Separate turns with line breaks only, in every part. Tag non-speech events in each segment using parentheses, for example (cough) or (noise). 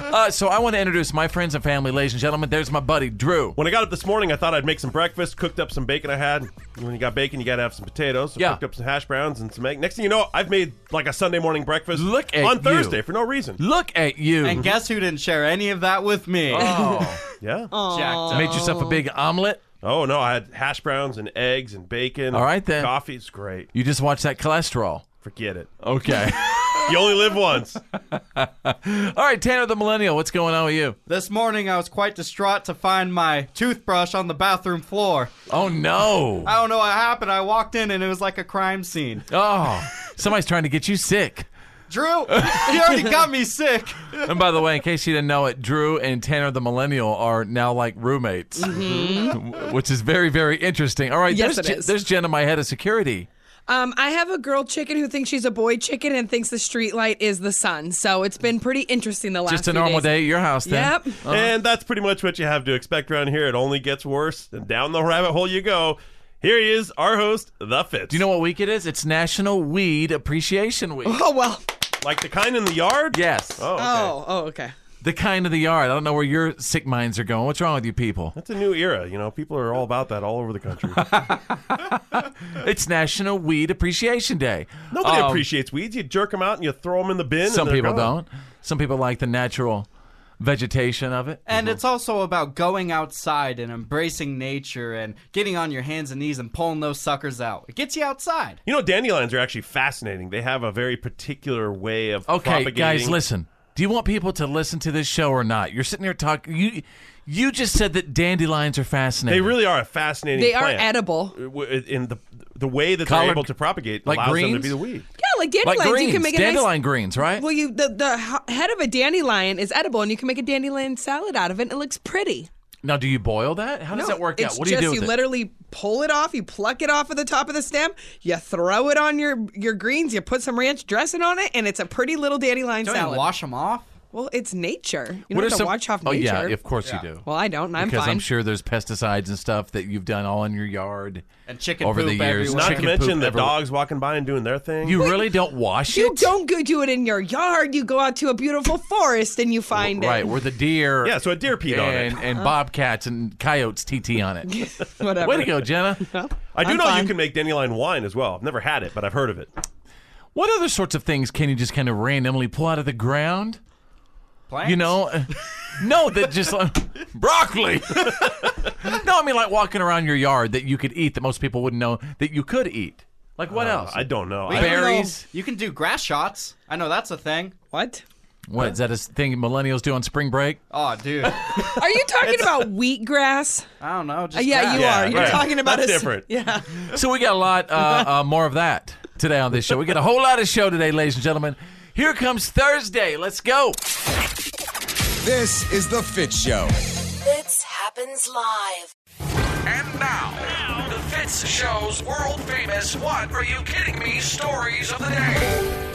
Uh, so I want to introduce my friends and family, ladies and gentlemen. There's my buddy Drew.
When I got up this morning, I thought I'd make some breakfast, cooked up some bacon I had. When you got bacon, you got to have some potatoes. So
Yeah.
cooked up some hash browns and some egg. Next thing you know, I've made like a Sunday morning breakfast
Look at
on
you.
Thursday for no reason.
Look at you.
And guess who didn't share any of that with me?
Mm-hmm. oh,
(laughs)
Yeah.
Oh.
Jacked up.
made yourself a big omelet.
Oh, no, I had hash browns and eggs and bacon.
All right, then.
Coffee is great.
You just watch that cholesterol.
Forget it.
Okay.
You only live once.
(laughs) Uh-huh. All right, Tanner the Millennial, what's going on with you?
This morning I was quite distraught to find my toothbrush on the bathroom floor.
Oh no.
(laughs)
I don't know what happened. I walked in and it was like a crime scene.
Oh, somebody's trying to get you sick.
Drew, you already got me sick.
And by the way, in case you didn't know it, Drew and Tanner the Millennial are now like roommates, w- which is very, very interesting. All right,
Mm-hmm. Yes,
there's,
it
Je-
is.
there's Jen in my head of security.
Um, I have a girl chicken who thinks she's a boy chicken and thinks the streetlight is the sun. So it's been pretty interesting the last.
Just a
few
normal
days.
day at your house, then.
Yep.
And that's pretty much what you have to expect around here. It only gets worse. And down the rabbit hole you go. Here he is, our host, The Fitz.
Do you know what week it is? It's National Weed Appreciation Week.
Oh well.
Like the kind in the yard?
Yes.
Oh, okay.
Oh. Oh. Okay.
The kind of the yard. I don't know where your sick minds are going. What's wrong with you people?
That's a new era. You know, people are all about that all over
(laughs)
the country.
It's National Weed Appreciation Day.
Nobody
Um,
appreciates weeds. You jerk them out and you throw them in the bin.
Some
and they're
people
gone.
don't. Some people like the natural vegetation of it.
And it's also about going outside and embracing nature and getting on your hands and knees and pulling those suckers out. It gets you outside.
You know, dandelions are actually fascinating. They have a very particular way of
Okay,
propagating.
guys, listen. Do you want people to listen to this show or not? You're sitting here talking. You, you just said that dandelions are fascinating.
They really are a fascinating.
They are
plant.
edible.
Uh, w- In the the way that
Colored-
they're able to propagate
like
allows them to
greens?
be the weed.
Yeah, like
like
dandelions.
greens,
you can make a
dandelion
nice.
greens, right?
Well, you the the h- head of a dandelion is edible, and you can make a dandelion salad out of it. and It looks pretty.
now, do you boil that? How does
no,
that work
it's
out? What do
just,
you do with it?
literally pull it off. You pluck it off of the top of the stem. You throw it on your your greens. You put some ranch dressing on it, and it's a pretty little dandelion
Don't
salad.
you wash them off?
well, it's nature. You
What are
don't have to
some-
watch off
Oh
nature.
yeah, of course you do.
Well, I don't. and I'm
because
fine.
I'm sure there's pesticides and stuff that you've done all in your yard
And chicken
over the
poop
years.
everywhere.
Not
Chicken
to mention
poop
the
everywhere.
dogs walking by and doing their thing.
You really don't wash
You
it,
don't go do it in your yard. You go out to a beautiful forest and you find (laughs) it. Uh-huh.
right? Where the deer,
yeah, so a deer peed on it.
and, and bobcats and coyotes TT on it.
Whatever.
Way to go,
(laughs)
Jenna.
I do
I'm
know
fine.
you can make dandelion wine as well. I've never had it, but I've heard of it.
What other sorts of things can you just kind of randomly pull out of the ground?
Plants?
You know, uh, (laughs) no, that just
(laughs)
like, broccoli. (laughs) no, I mean like walking around your yard that you could eat that most people wouldn't know that you could eat. Like what else?
Oh, I don't know. I-
Berries.
You can do grass shots. I know that's a thing.
What?
What is that a thing millennials do on spring break?
Oh, dude. I
Are you talking
(laughs)
about wheatgrass?
don't know. Just
Uh, yeah,
grass.
you
Yeah,
are. You're
right.
talking about
That's
a s-
different.
Yeah.
Oh.
So we got a lot uh, uh, more of that today on this show. We got a whole lot of show today, ladies and gentlemen. Here comes Thursday. Let's go.
This is The Fit Show.
Fits happens live.
And now, the Fitz Show's world famous What Are You Kidding Me stories of the day.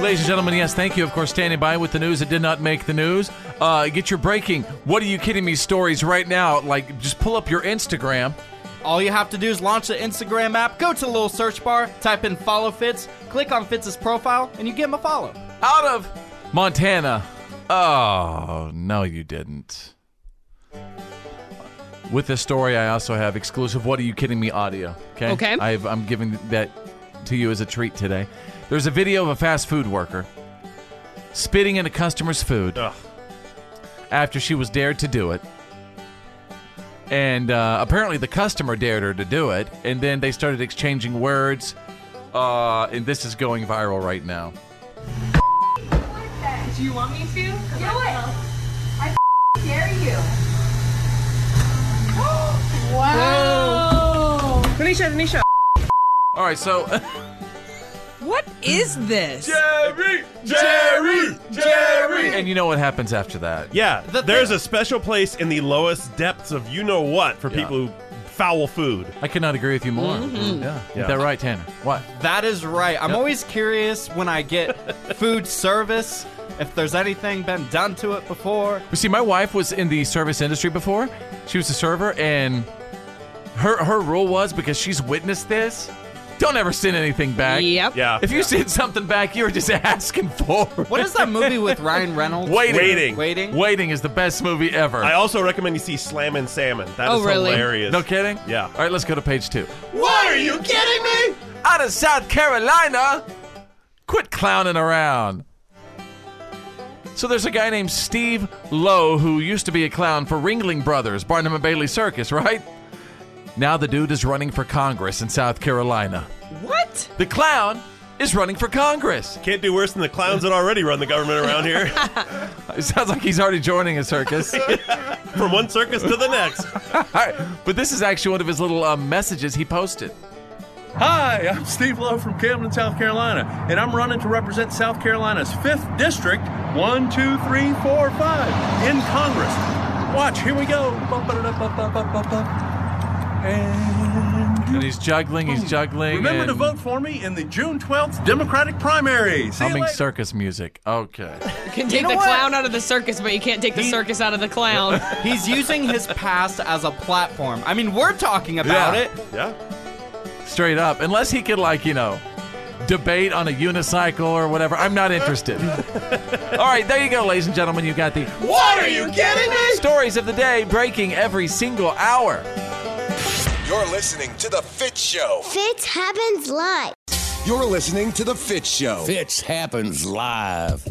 Ladies and gentlemen, yes, thank you. Of course, standing by with the news that did not make the news. Uh, get your breaking, what are you kidding me stories right now. Like, just pull up your Instagram.
All you have to do is launch the Instagram app, go to the little search bar, type in follow Fitz, click on Fitz's profile, and you give him a follow.
Out of Montana. Oh, no, you didn't. With this story, I also have exclusive What Are You Kidding Me audio. Okay.
Okay.
I've, I'm giving that to you as a treat today. There's a video of a fast food worker spitting in a customer's food after she was dared to do it. And uh, apparently, the customer dared her to do it, and then they started exchanging words. Uh, and this is going viral right now.
Do you want me to? Do it. I dare you.
Wow. Tanisha, Tanisha.
All right, so (laughs)
What is this?
Jerry! Jerry! Jerry!
and you know what happens after that?
Yeah, there's a special place in the lowest depths of you know what for people who foul food.
I could not agree with you more.
Mm-hmm.
Mm, Yeah.
Yeah.
Is that right, Tanner? What?
That is right. I'm always curious when
(laughs)
I get food service if there's anything been done to it before.
You see, my wife was in the service industry before. She was a server, and her her rule was because she's witnessed this. Don't ever send anything back.
Yep.
Yeah.
If you send something back, you're just (laughs) asking for. it.
What is that
(laughs)
movie with Ryan Reynolds?
Waiting.
Waiting.
Waiting.
Waiting is the best movie ever.
I also recommend you see Slam and Salmon. That is
Oh, really?
hilarious.
no kidding.
Yeah.
All right, let's go to page two.
What are you kidding me?
Out of South Carolina. Quit clowning around. So there's a guy named Steve Lowe who used to be a clown for Ringling Brothers, Barnum and Bailey Circus, right? Now the dude is running for Congress in South Carolina.
What?
The clown is running for Congress.
Can't do worse than the clowns that already run the government around
(laughs)
here.
It sounds like he's already joining
(laughs)
a circus.
From one circus to the next.
All right, but this is actually one of his little uh, messages he posted.
Hi, I'm Steve Lowe from Camden, South Carolina, and I'm running to represent South Carolina's 5th District, one, two, three, four, five, in Congress. Watch, here we go. Bum, ba-da-da, bum, bum, bum, bum, bum. And
And he's juggling, he's juggling.
remember
and
to vote for me in the June 12th Democratic primary. See you
Humming
later.
circus music. Okay.
You can take the clown out of the circus, but you can't take the circus out of
(laughs)
the clown.
He's using his past as a platform. I mean, we're talking about
Yeah.
it.
Yeah.
straight up. Unless he could, like, you know, debate on a unicycle or whatever. I'm not interested. All right, there you go, ladies and gentlemen. You got the
What are you kidding me?
stories of the day breaking every single hour.
You're listening to The Fit Show.
Fitz happens live.
You're listening to The Fit Show.
Fitch happens live.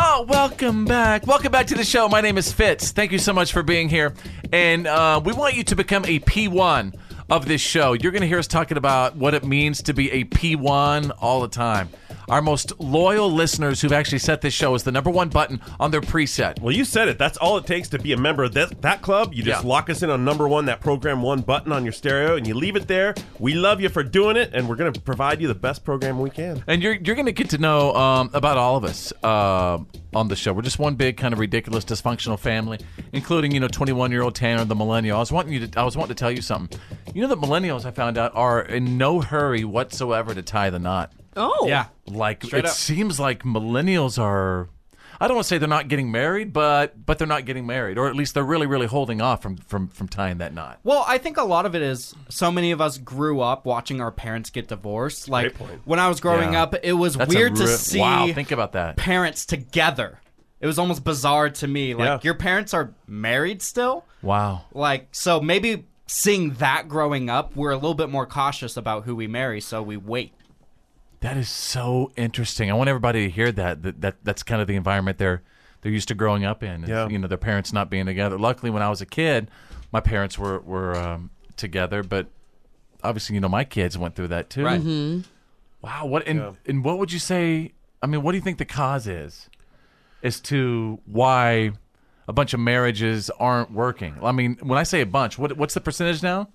Oh, welcome back. Welcome back to the show. My name is Fitz. Thank you so much for being here. And uh, we want you to become a P1 of this show. You're going to hear us talking about what it means to be a P1 all the time. Our most loyal listeners who've actually set this show is the number one button on their preset.
Well, you said it. That's all it takes to be a member of that, that club. You just
Yeah.
lock us in on number one, that program one button on your stereo, and you leave it there. We love you for doing it, and we're going to provide you the best program we can.
And you're you're going to get to know um, about all of us um on the show. We're just one big kind of ridiculous dysfunctional family, including you know 21 year old Tanner, the millennial. I was wanting you to I was wanting to tell you something. You know that millennials I found out are in no hurry whatsoever to tie the knot.
Oh.
Yeah.
Like
Straight
it
up.
seems like millennials are. I don't want to say they're not getting married, but but they're not getting married, or at least they're really really holding off from from from tying that knot.
Well, I think a lot of it is so many of us grew up watching our parents get divorced. Like
point.
when I was growing
Yeah.
up, it was
That's a
weird to
re-
see
Wow, think about that.
parents together. It was almost bizarre to me. Like
Yeah.
your parents are married still?
Wow.
Like so maybe seeing that growing up, we're a little bit more cautious about who we marry, so we wait.
That is so interesting. I want everybody to hear that. That, that that's kind of the environment they're they're used to growing up in. is,
Yeah.
You know, their parents not being together. Luckily, when I was a kid, my parents were were um, together, but obviously, you know, my kids went through that too.
Right.
Mm-hmm.
Wow. What and and what would you say? I mean, what do you think the cause is? As to why a bunch of marriages aren't working. I mean, when I say a bunch, what what's the percentage now?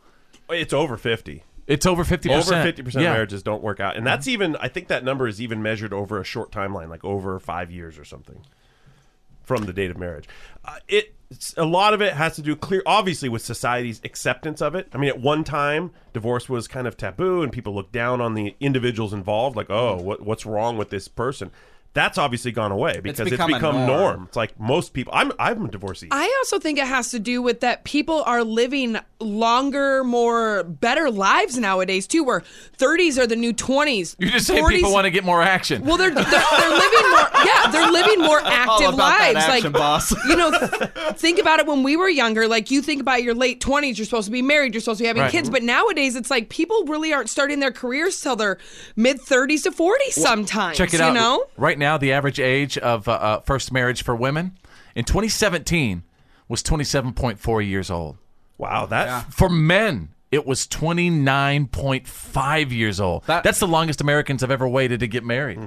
It's over 50.
It's over fifty percent.
Over 50% of marriages don't work out. And that's even, I think that number is even measured over a short timeline, like over five years or something from the date of marriage. Uh, it it's- A lot of it has to do clear, obviously, with society's acceptance of it. I mean, at one time, divorce was kind of taboo and people looked down on the individuals involved, like, oh, what, what's wrong with this person? That's obviously gone away because it's become,
become a norm.
norm. It's like most people. I'm I'm a divorcee.
I also think it has to do with that people are living longer, more better lives nowadays too, where 30s are the new 20s.
You just say people want to get more action.
Well, they're, they're they're living more. Yeah, they're living more
(laughs)
active
All about that
lives.
action,
like
boss.
you know, th- think about it when we were younger. Like you think about your late twenties, you're supposed to be married, you're supposed to be having
Right.
kids. But nowadays, it's like people really aren't starting their careers till their mid thirties to forties. sometimes,
Check it
you
out.
know,
Right now, the average age of uh, uh, first marriage for women in 2017 was 27.4 years old.
Wow, that
for men. It was 29.5 years old. That's the longest Americans have ever waited to get married.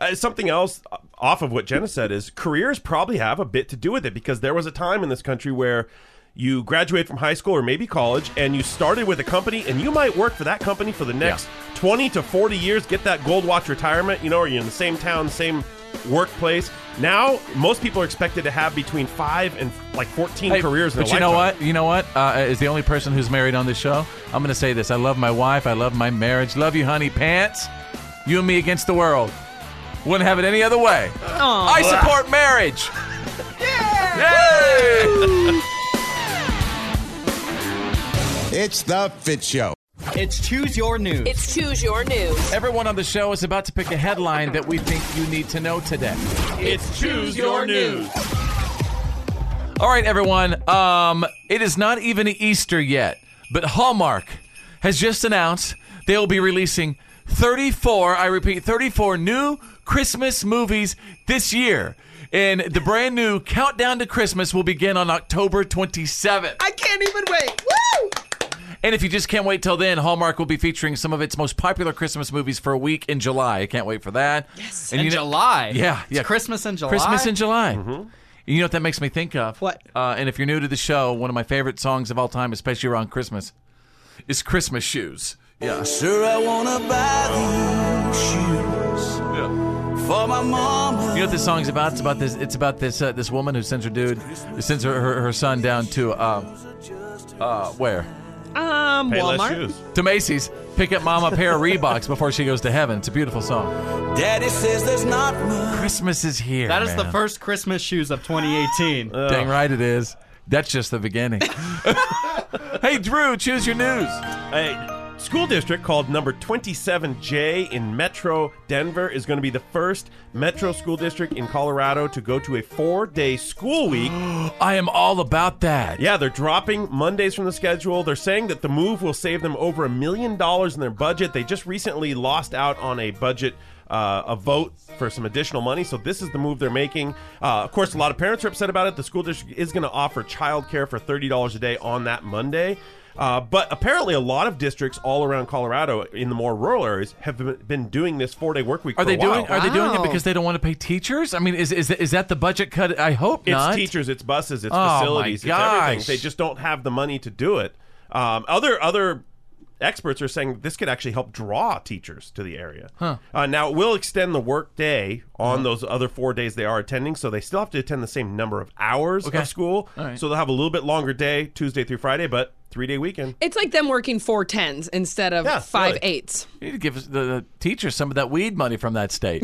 Uh, something else uh, off of what Jenna said is careers probably have a bit to do with it because there was a time in this country where you graduated from high school or maybe college and you started with a company and you might work for that company for the next 20 to 40 years, get that gold watch retirement, you know, or you're in the same town, same workplace. Now, most people are expected to have between five and like 14
Hey,
careers in
But
a
you know
lifetime.
what? You know what? Uh, is the only person who's married on this show. I'm going to say this. I love my wife. I love my marriage. Love you, honey pants. You and me against the world. Wouldn't have it any other way. I support marriage.
It's the Fit Show.
(laughs) It's Choose Your News.
It's Choose Your News.
Everyone on the show is about to pick a headline that we think you need to know today.
It's
Choose Your News. All right, everyone. Um, it is not even Easter yet, but Hallmark has just announced they will be releasing 34, I repeat, 34 new Christmas movies this year. And the brand new Countdown to Christmas will begin on October 27th.
I can't even wait. Woo!
And if you just can't wait till then, Hallmark will be featuring some of its most popular Christmas movies for a week in July. I can't wait for that. Yes,
In July?
Yeah,
It's
yeah.
Christmas in July?
Christmas in July. And You know what that makes me think of? What? Uh, and if you're new to the show, one of my favorite songs of all time, especially around Christmas, is "Christmas Shoes." Yeah.
Sure, I wanna buy these shoes for my mama.
You know what this song's about? It's about this. It's about this. Uh, this woman who sends her dude, who sends her her, her son down to uh, uh, where?
Um, Walmart.
To Macy's, pick up mom a pair of Reeboks before she goes to heaven. It's a beautiful song.
Daddy says there's not much.
Christmas is here.
That is the
man. Uh,
first Christmas shoes of
(gasps)
2018.
Dang right it is. That's just the
(laughs)
beginning. hey, Drew, choose your news.
A school district called number 27J in Metro Denver is going to be the first Metro school district in Colorado to go to a four day school week.
I am all about that.
Yeah, they're dropping Mondays from the schedule. They're saying that the move will save them over a million dollars in their budget. They just recently lost out on a budget. Uh, a vote for some additional money. So, this is the move they're making. Uh, of course, a lot of parents are upset about it. The school district is going to offer childcare for $30 a day on that Monday. Uh, but apparently, a lot of districts all around Colorado in the more rural areas have been- been doing this four day work week.
Are
for a
they doing?
while.
Are they doing it because they don't want to pay teachers? I mean, is is, is that the budget cut? I hope
It's
not.
teachers, it's buses, it's
Oh, my
facilities, it's
gosh.
everything. They just don't have the money to do it. Um, other other experts are saying this could actually help draw teachers to the area.
Huh. Mm-hmm.
Uh, now it will extend the work day on those other four days they are attending, so they still have to attend the same number of hours
Okay.
of school.
All right.
So they'll have a little bit longer day, Tuesday through Friday, but three day weekend.
It's like them working four tens instead of
Yeah,
five
really.
eights.
You need to give us- the, the teachers some of that weed money from that state.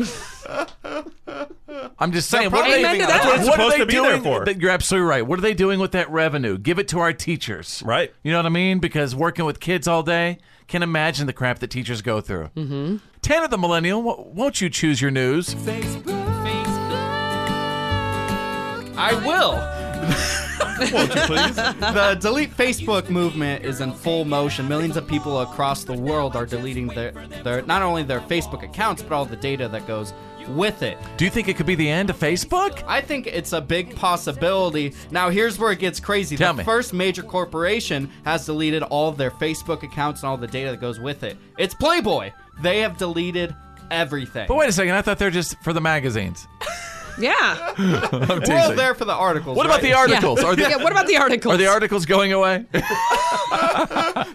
I'm just saying. What are
probably
they,
Amen to
what
that. That's
what
are
it's
they
supposed to be there
doing?
for.
that- you're absolutely right. What are they doing with that revenue? Give it to our teachers.
Right.
You know what I mean? Because working with kids all day, can imagine the crap that teachers go through. Mm-hmm. Tanner the Millennial, wo- won't you choose your news?
I will.
Won't you
(laughs)
please?
the delete Facebook movement is in full motion. Millions of people across the world are deleting their, their not only their Facebook accounts but all the data that goes with it.
Do you think it could be the end of Facebook?
I think it's a big possibility. Now, here's where it gets crazy.
Tell
the
me.
first major corporation has deleted all of their Facebook accounts and all the data that goes with it. It's Playboy. They have deleted everything.
But wait a second, I thought they're just for the magazines. (laughs)
Yeah.
I'm
Well,
teasing.
there for the articles.
What about
right?
the articles? Are they-
(laughs) Yeah, what about the articles?
Are the articles going
(laughs)
away?
the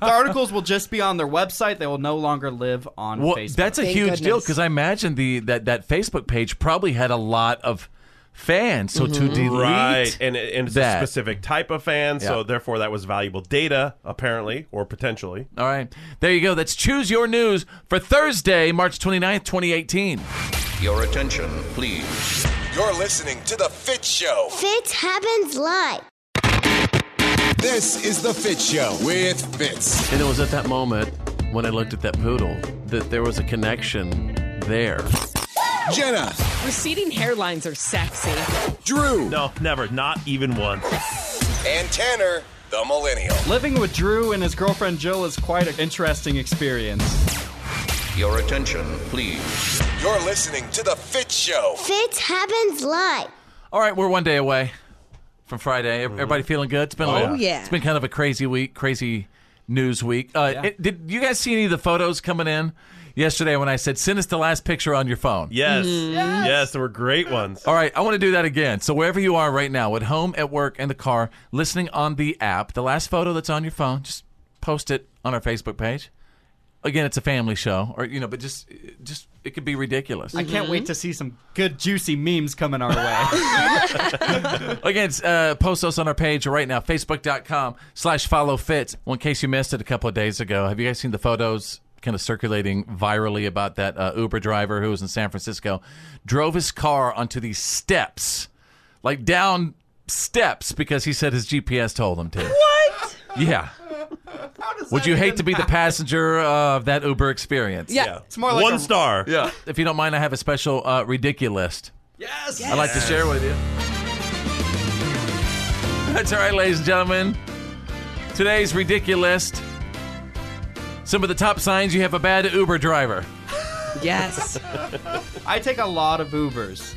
articles will just be on their website. They will no longer live on
Well,
Facebook.
that's a huge deal because I imagine the that that Facebook page probably had a lot of fans. So
Mm-hmm.
to delete,
right and, it- and it's
that.
a specific type of fan
Yeah.
so therefore that was valuable data apparently or potentially
All right, there you go. That's choose your news for Thursday, March 29th, 2018.
Your attention, please.
You're listening to The Fit Show.
Fitz happens live.
This is The Fit Show with Fitz.
And it was at that moment when I looked at that poodle that there was a connection there.
Jenna.
Receding hairlines are sexy.
Drew.
No, never. Not even once.
And Tanner, the Millennial.
Living with Drew and his girlfriend Jill is quite an interesting experience.
Your attention, please.
You're listening to The Fit Show.
Fitz happens live.
All right, we're one day away from Friday. Everybody feeling good? It's been a
Mm-hmm. Oh,
little-
yeah.
It's been kind of a crazy week, crazy news week. Uh, it- did you guys see any of the photos coming in yesterday when I said send us the last picture on your phone?
Yes. Yes. there were great ones.
All right, I want to do that again. So wherever you are right now, at home, at work, in the car, listening on the app, the last photo that's on your phone, just post it on our Facebook page. Again, it's a family show, or you know, but just, just it could be ridiculous.
I can't wait to see some good juicy memes coming our way.
Again, it's, uh, post us on our page right now, facebook.com slash follow fits. Well, in case you missed it a couple of days ago, have you guys seen the photos kind of circulating virally about that uh, Uber driver who was in San Francisco? Drove his car onto the steps, like down steps, because he said his GPS told him to. What? Yeah. (laughs) Would you hate to be the passenger of that Uber experience?
Yeah. Yeah. It's more like One a- star.
Yeah. Uh, If you don't mind, I have a special uh, ridiculous
Yes.
I'd like to share with you. That's all right, ladies and gentlemen. Today's ridiculous. Some of the top signs you have a bad Uber driver.
Yes.
I take a lot of Ubers.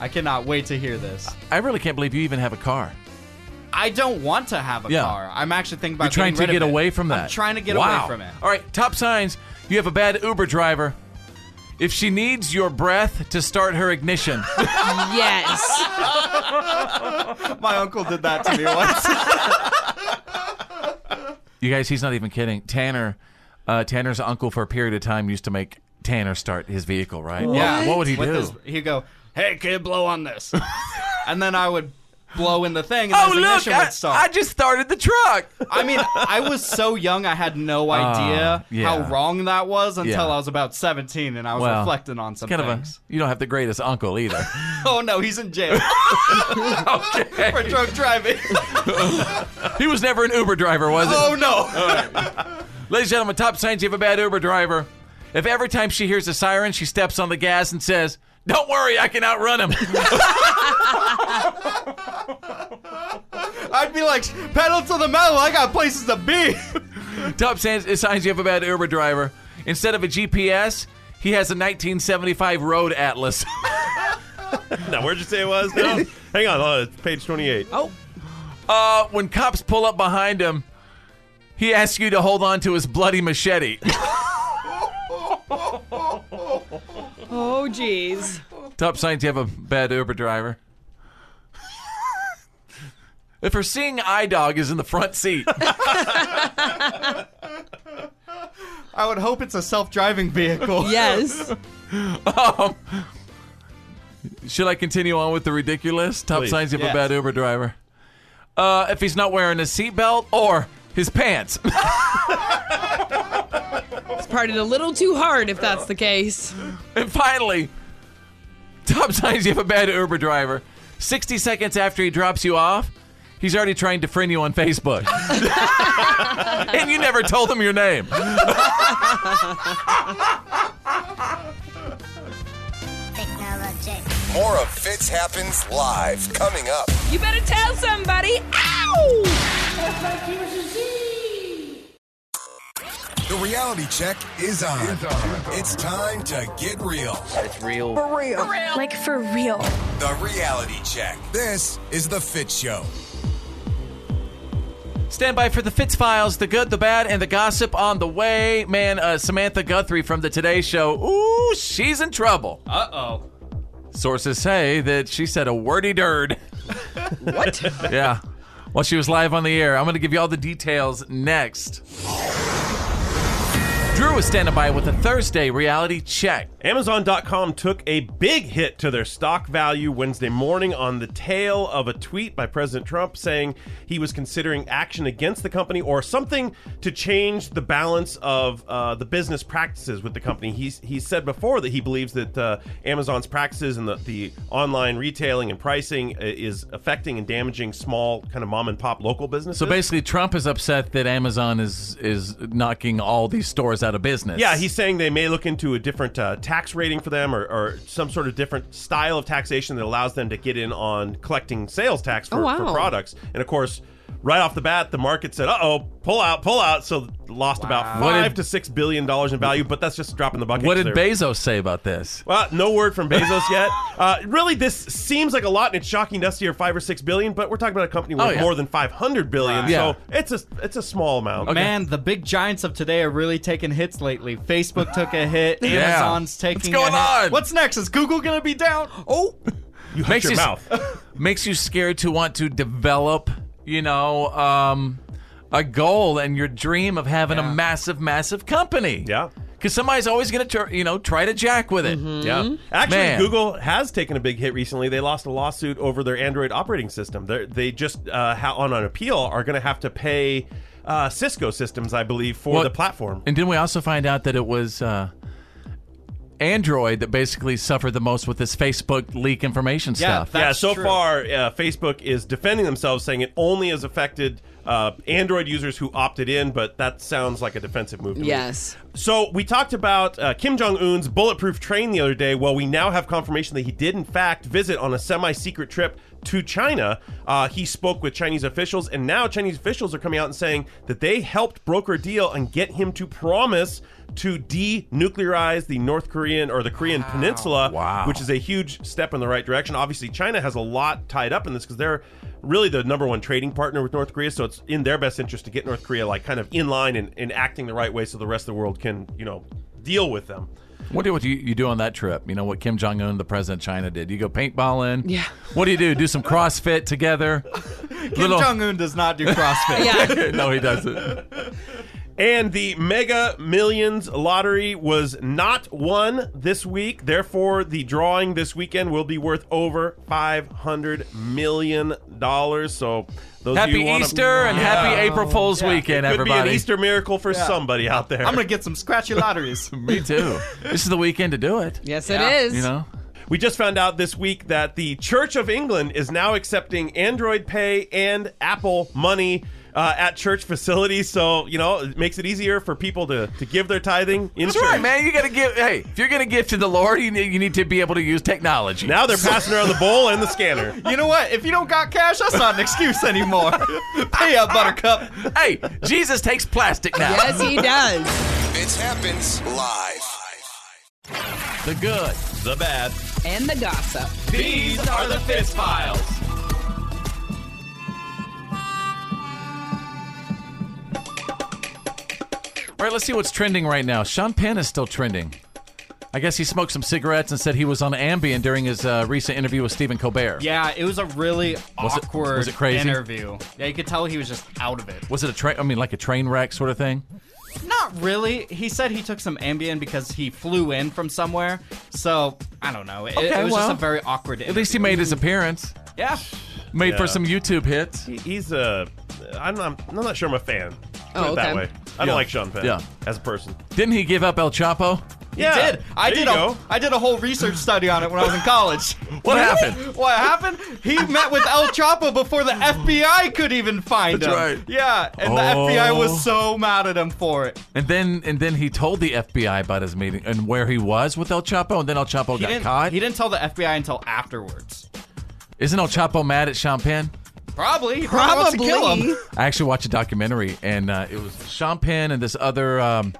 I cannot wait to hear this.
I really can't believe you even have a car.
I don't want to have a
Yeah.
car. I'm actually thinking about
You're trying to
getting rid
get
of it.
away from that.
I'm trying to get
Wow.
away from it.
All right, top signs you have a bad Uber driver. If she needs your breath to start her ignition.
yes.
My uncle did that to me
(laughs)
once.
You guys, he's not even kidding. Tanner, uh, Tanner's uncle for a period of time used to make Tanner start his vehicle, right?
Yeah.
What would he
With
do?
his- he'd go, "Hey, kid, blow
(laughs)
on this," and then I would blow in the thing. And
Oh,
his ignition
look, I-
would start.
I just started the
(laughs)
truck.
I mean, I was so young, I had no idea
Ah, yeah.
how wrong that was until
Yeah.
I was about 17, and I was
Well,
reflecting on some
kind
things. (laughs)
Of a, you don't have the greatest uncle either. (laughs)
oh no, he's in jail for drunk driving. (laughs)
he was never an Uber driver, was he?
Oh, no.
All (laughs) right. Ladies and gentlemen, top signs you have a bad Uber driver. If every time she hears a siren, she steps on the gas and says, "Don't worry, I can outrun him."
(laughs) I'd be like, pedal to the metal. I got places to be. (laughs)
top signs, uh, signs you have a bad Uber driver. Instead of a GPS, he has a 1975 road atlas. (laughs)
now, where'd you say it was? (laughs) No. Hang on. Uh, it's page 28.
Oh. Uh, when cops pull up behind him, he asks you to hold on to his bloody machete. (laughs)
Oh, jeez.
Top signs you have a bad Uber driver. (laughs) if her seeing eye dog is in the front
(laughs)
seat,
I would hope it's a self-driving
(laughs)
vehicle.
Yes.
um, should I continue on with the ridiculous? Top
Please.
signs you have
Yes.
a bad Uber driver. Uh, if he's not wearing a seatbelt or his pants. (laughs)
It's parted a little too hard if that's the case.
And (laughs) finally, top signs you have a bad Uber driver. 60 seconds after he drops you off, he's already trying to friend you on Facebook. (laughs) and you never told him your name.
More of Fitz Happens Live coming up.
You better tell somebody.
Ow!
The reality check is on. It's time to get real. It's real.
real. Like for real.
The reality check. This is The Fit Show.
Stand by for the Fitz Files, the good, the bad, and the gossip on the way. Man, uh, Samantha Guthrie from the Today Show, ooh, she's in trouble.
Uh oh.
Sources say that she said a wordy
(laughs)
dird. what? Yeah. While she was live on the air. I'm going to give you all the details next. Drew is standing by with a Thursday reality check.
Amazon.com took a big hit to their stock value Wednesday morning on the tail of a tweet by President Trump saying he was considering action against the company or something to change the balance of uh, the business practices with the company. He's, he's said before that he believes that uh, Amazon's practices and the, the online retailing and pricing i- is affecting and damaging small, kind of mom and pop local businesses.
So basically, Trump is upset that Amazon is is knocking all these stores out of business.
Yeah, he's saying they may look into a different uh, tax rating for them or, or some sort of different style of taxation that allows them to get in on collecting sales tax for,
Oh, wow.
for products. And of course, right off the bat, the market said, uh oh, pull out, pull out. So lost about
What did-
five to six billion dollars in value, but that's just a drop in the bucket.
What did
They're-
Bezos say about this?
well, no word from Bezos
(laughs)
yet. Uh, really, this seems like a lot, and it's shocking to us here, five or six billion. But we're talking about a company worth
Oh, yeah.
more than five hundred billion,
Right.
so it's a it's a small amount.
Man, the big giants of today are really taking hits lately. Facebook took a hit.
Yeah.
Amazon's taking.
What's going
a hit.
on?
What's next? Is Google gonna be down?
(laughs)
Oh,
you
makes your (laughs) mouth. makes you scared to want to develop, you know, um, a goal and your dream of having a massive, massive company.
Yeah.
Because somebody's always going to, you know, try to jack with it.
Yeah. Actually,
Man.
Google has taken a big hit recently. They lost a lawsuit over their Android operating system. They're, they just, uh, ha- on an appeal, are going to have to pay uh, Cisco systems, I believe, for
Well,
the platform.
And didn't we also find out that it was uh, Android that basically suffered the most with this Facebook leak information stuff?
Yeah, so far, uh, Facebook is defending themselves, saying it only has affected uh, Android users who opted in, but that sounds like a defensive move. To me.
Yes.
So we talked about uh, Kim Jong Un's bulletproof train the other day. Well, we now have confirmation that he did, in fact, visit on a semi-secret trip to China. Uh, he spoke with Chinese officials, and now Chinese officials are coming out and saying that they helped broker a deal and get him to promise to denuclearize the North Korean or the Korean Peninsula, which is a huge step in the right direction. Obviously, China has a lot tied up in this because they're really the number one trading partner with North Korea. So it's in their best interest to get North Korea like kind of in line and, and acting the right way so the rest of the world can, you know, deal with them.
Wonder what you, you do on that trip. You know what Kim Jong Un, the president of China, did. You go paintballing. Yeah. What do you do? Do some CrossFit (laughs) together. Kim
Jong Un does not do CrossFit.
Yeah.
(laughs) no, he doesn't.
And the Mega Millions lottery was not won this week. Therefore, the drawing this weekend will be worth over $500 million. So, those of
Happy
you who wanna-
Easter and happy April Fool's weekend,
It could be
everybody.
an Easter miracle for
Yeah.
somebody out there.
I'm gonna
get some scratchy lotteries.
Me (laughs) too. This is the weekend to do it.
Yes,
You know?
We just found out this week that the Church of England is now accepting Android Pay and Apple Money uh, at church facilities. So, you know, it makes it easier for people to, to give their tithing in
That's
church.
right, man. You got to give. Hey, if you're going to give to the Lord, you need, you need to be able to use technology.
Now they're passing around the bowl and the scanner.
You know what? If you don't got cash, that's not an excuse anymore. (laughs) Pay up, Buttercup.
Hey, Jesus takes plastic now.
Yes, he
does.
It happens live.
The good,
the bad,
and the gossip.
These are the Fist Files. All right, let's see what's trending right now. Sean Penn is still trending. I guess he smoked some cigarettes and said he was on Ambien during his uh, recent interview with Stephen Colbert.
Yeah, it was a really
Was it-
awkward
was it crazy?
interview. Yeah, you could tell he was just out of it.
Was it a train? I mean, like a train wreck sort of thing.
Not really. He said he took some Ambien because he flew in from somewhere. So I don't know. It, it
Okay,
was
well,
just a very awkward.
At least he made his appearance.
Yeah.
Made
Yeah.
for some YouTube hits.
He, he's a. I'm not, I'm not sure I'm a fan. Put
Oh,
it that
okay.
way. I
Yeah.
don't like Sean Penn
Yeah.
as a person.
Didn't he give up El Chapo?
He did. I
there
did
you
a
go.
I did a whole research study on it when I was in college.
(laughs) What happened?
What happened? He met with El Chapo before the FBI could even find
That's
him.
right.
Yeah, and the FBI
Oh.
was so mad at him for it.
And then and then he told the FBI about his meeting and where he was with El Chapo, and then El Chapo
He
got
didn't,
caught.
he didn't tell the FBI until afterwards.
Isn't El Chapo mad at Sean Penn?
Probably. He probably wants to kill him.
I actually watched a documentary, and uh, it was Sean Penn and this other. Um,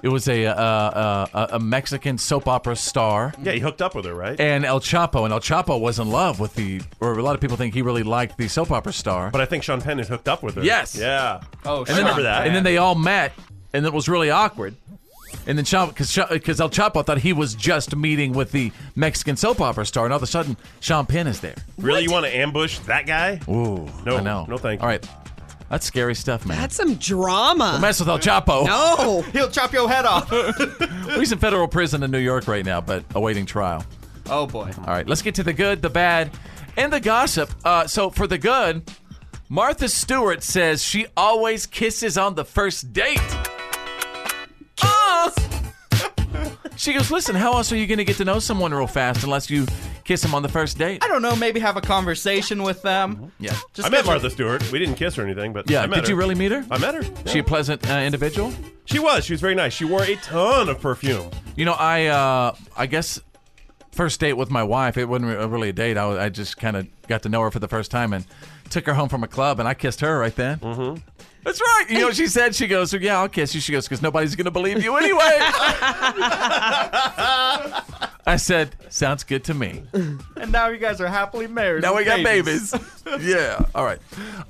it was a, uh, uh, a a Mexican soap opera star.
Yeah, he hooked up with her, right?
And El Chapo, and El Chapo was in love with the, or a lot of people think he really liked the soap opera star.
But I think Sean Penn is hooked up with her.
Yes.
Yeah.
Oh,
I remember that.
And then they all met, and it was really awkward. And then Chapo, because El Chapo thought he was just meeting with the Mexican soap opera star, and all of a sudden Sean Penn is there.
Really, you want to ambush that guy?
Ooh,
no,
I know.
no, thank you.
All right, That's scary stuff, man.
That's some drama.
Don't mess with El Chapo.
No.
He'll chop your
(laughs)
head off.
He's in federal prison in New York right now, but awaiting trial.
Oh, boy.
All right, let's get to the good, the bad, and the gossip. Uh, so, for the good, Martha Stewart says she always kisses on the first date. Oh! She goes, listen, how else are you going to get to know someone real fast unless you kiss them on the first date?
I don't know. Maybe have a conversation with them.
Mm-hmm. Yeah.
I met Martha Stewart. We didn't kiss or anything, but
Yeah,
I met
did
her.
you really meet her?
I met her.
She a pleasant uh, individual?
She was. She was very nice. She wore a ton of perfume.
You know, I uh, I guess first date with my wife. It wasn't re- really a date. I, was- I just kind of got to know her for the first time and took her home from a club, and I kissed her right then. Mm-hmm. That's right. You know, what she said she goes, "Yeah, I'll kiss you." She goes, "Because nobody's gonna believe you anyway." I said, "Sounds good to me."
And now you guys are happily married.
Now we
with
got
(laughs)
babies. yeah. All right.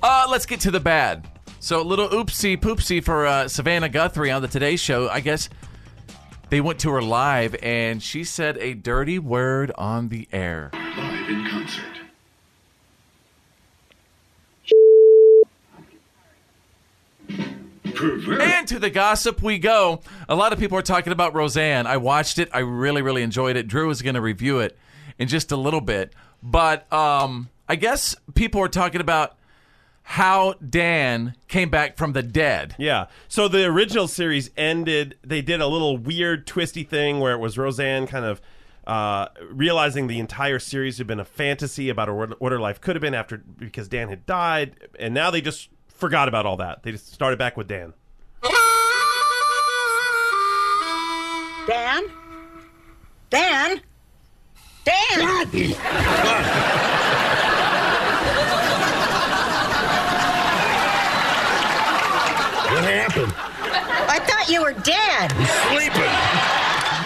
Uh, let's get to the bad. So, little oopsie poopsie for uh, Savannah Guthrie on the Today Show. I guess they went to her live and she said a dirty word on the air.
Live in concert.
And to the gossip we go. A lot of people are talking about Roseanne. I watched it. I really, really enjoyed it. Drew is going to review it in just a little bit. But um, I guess people are talking about how Dan came back from the dead.
Yeah. So the original series ended. They did a little weird, twisty thing where it was Roseanne kind of uh, realizing the entire series had been a fantasy about what what her life could have been after because Dan had died, and now they just forgot about all that. They just started back with Dan.
Dan? Dan? Dan!
What happened?
I thought you were dead.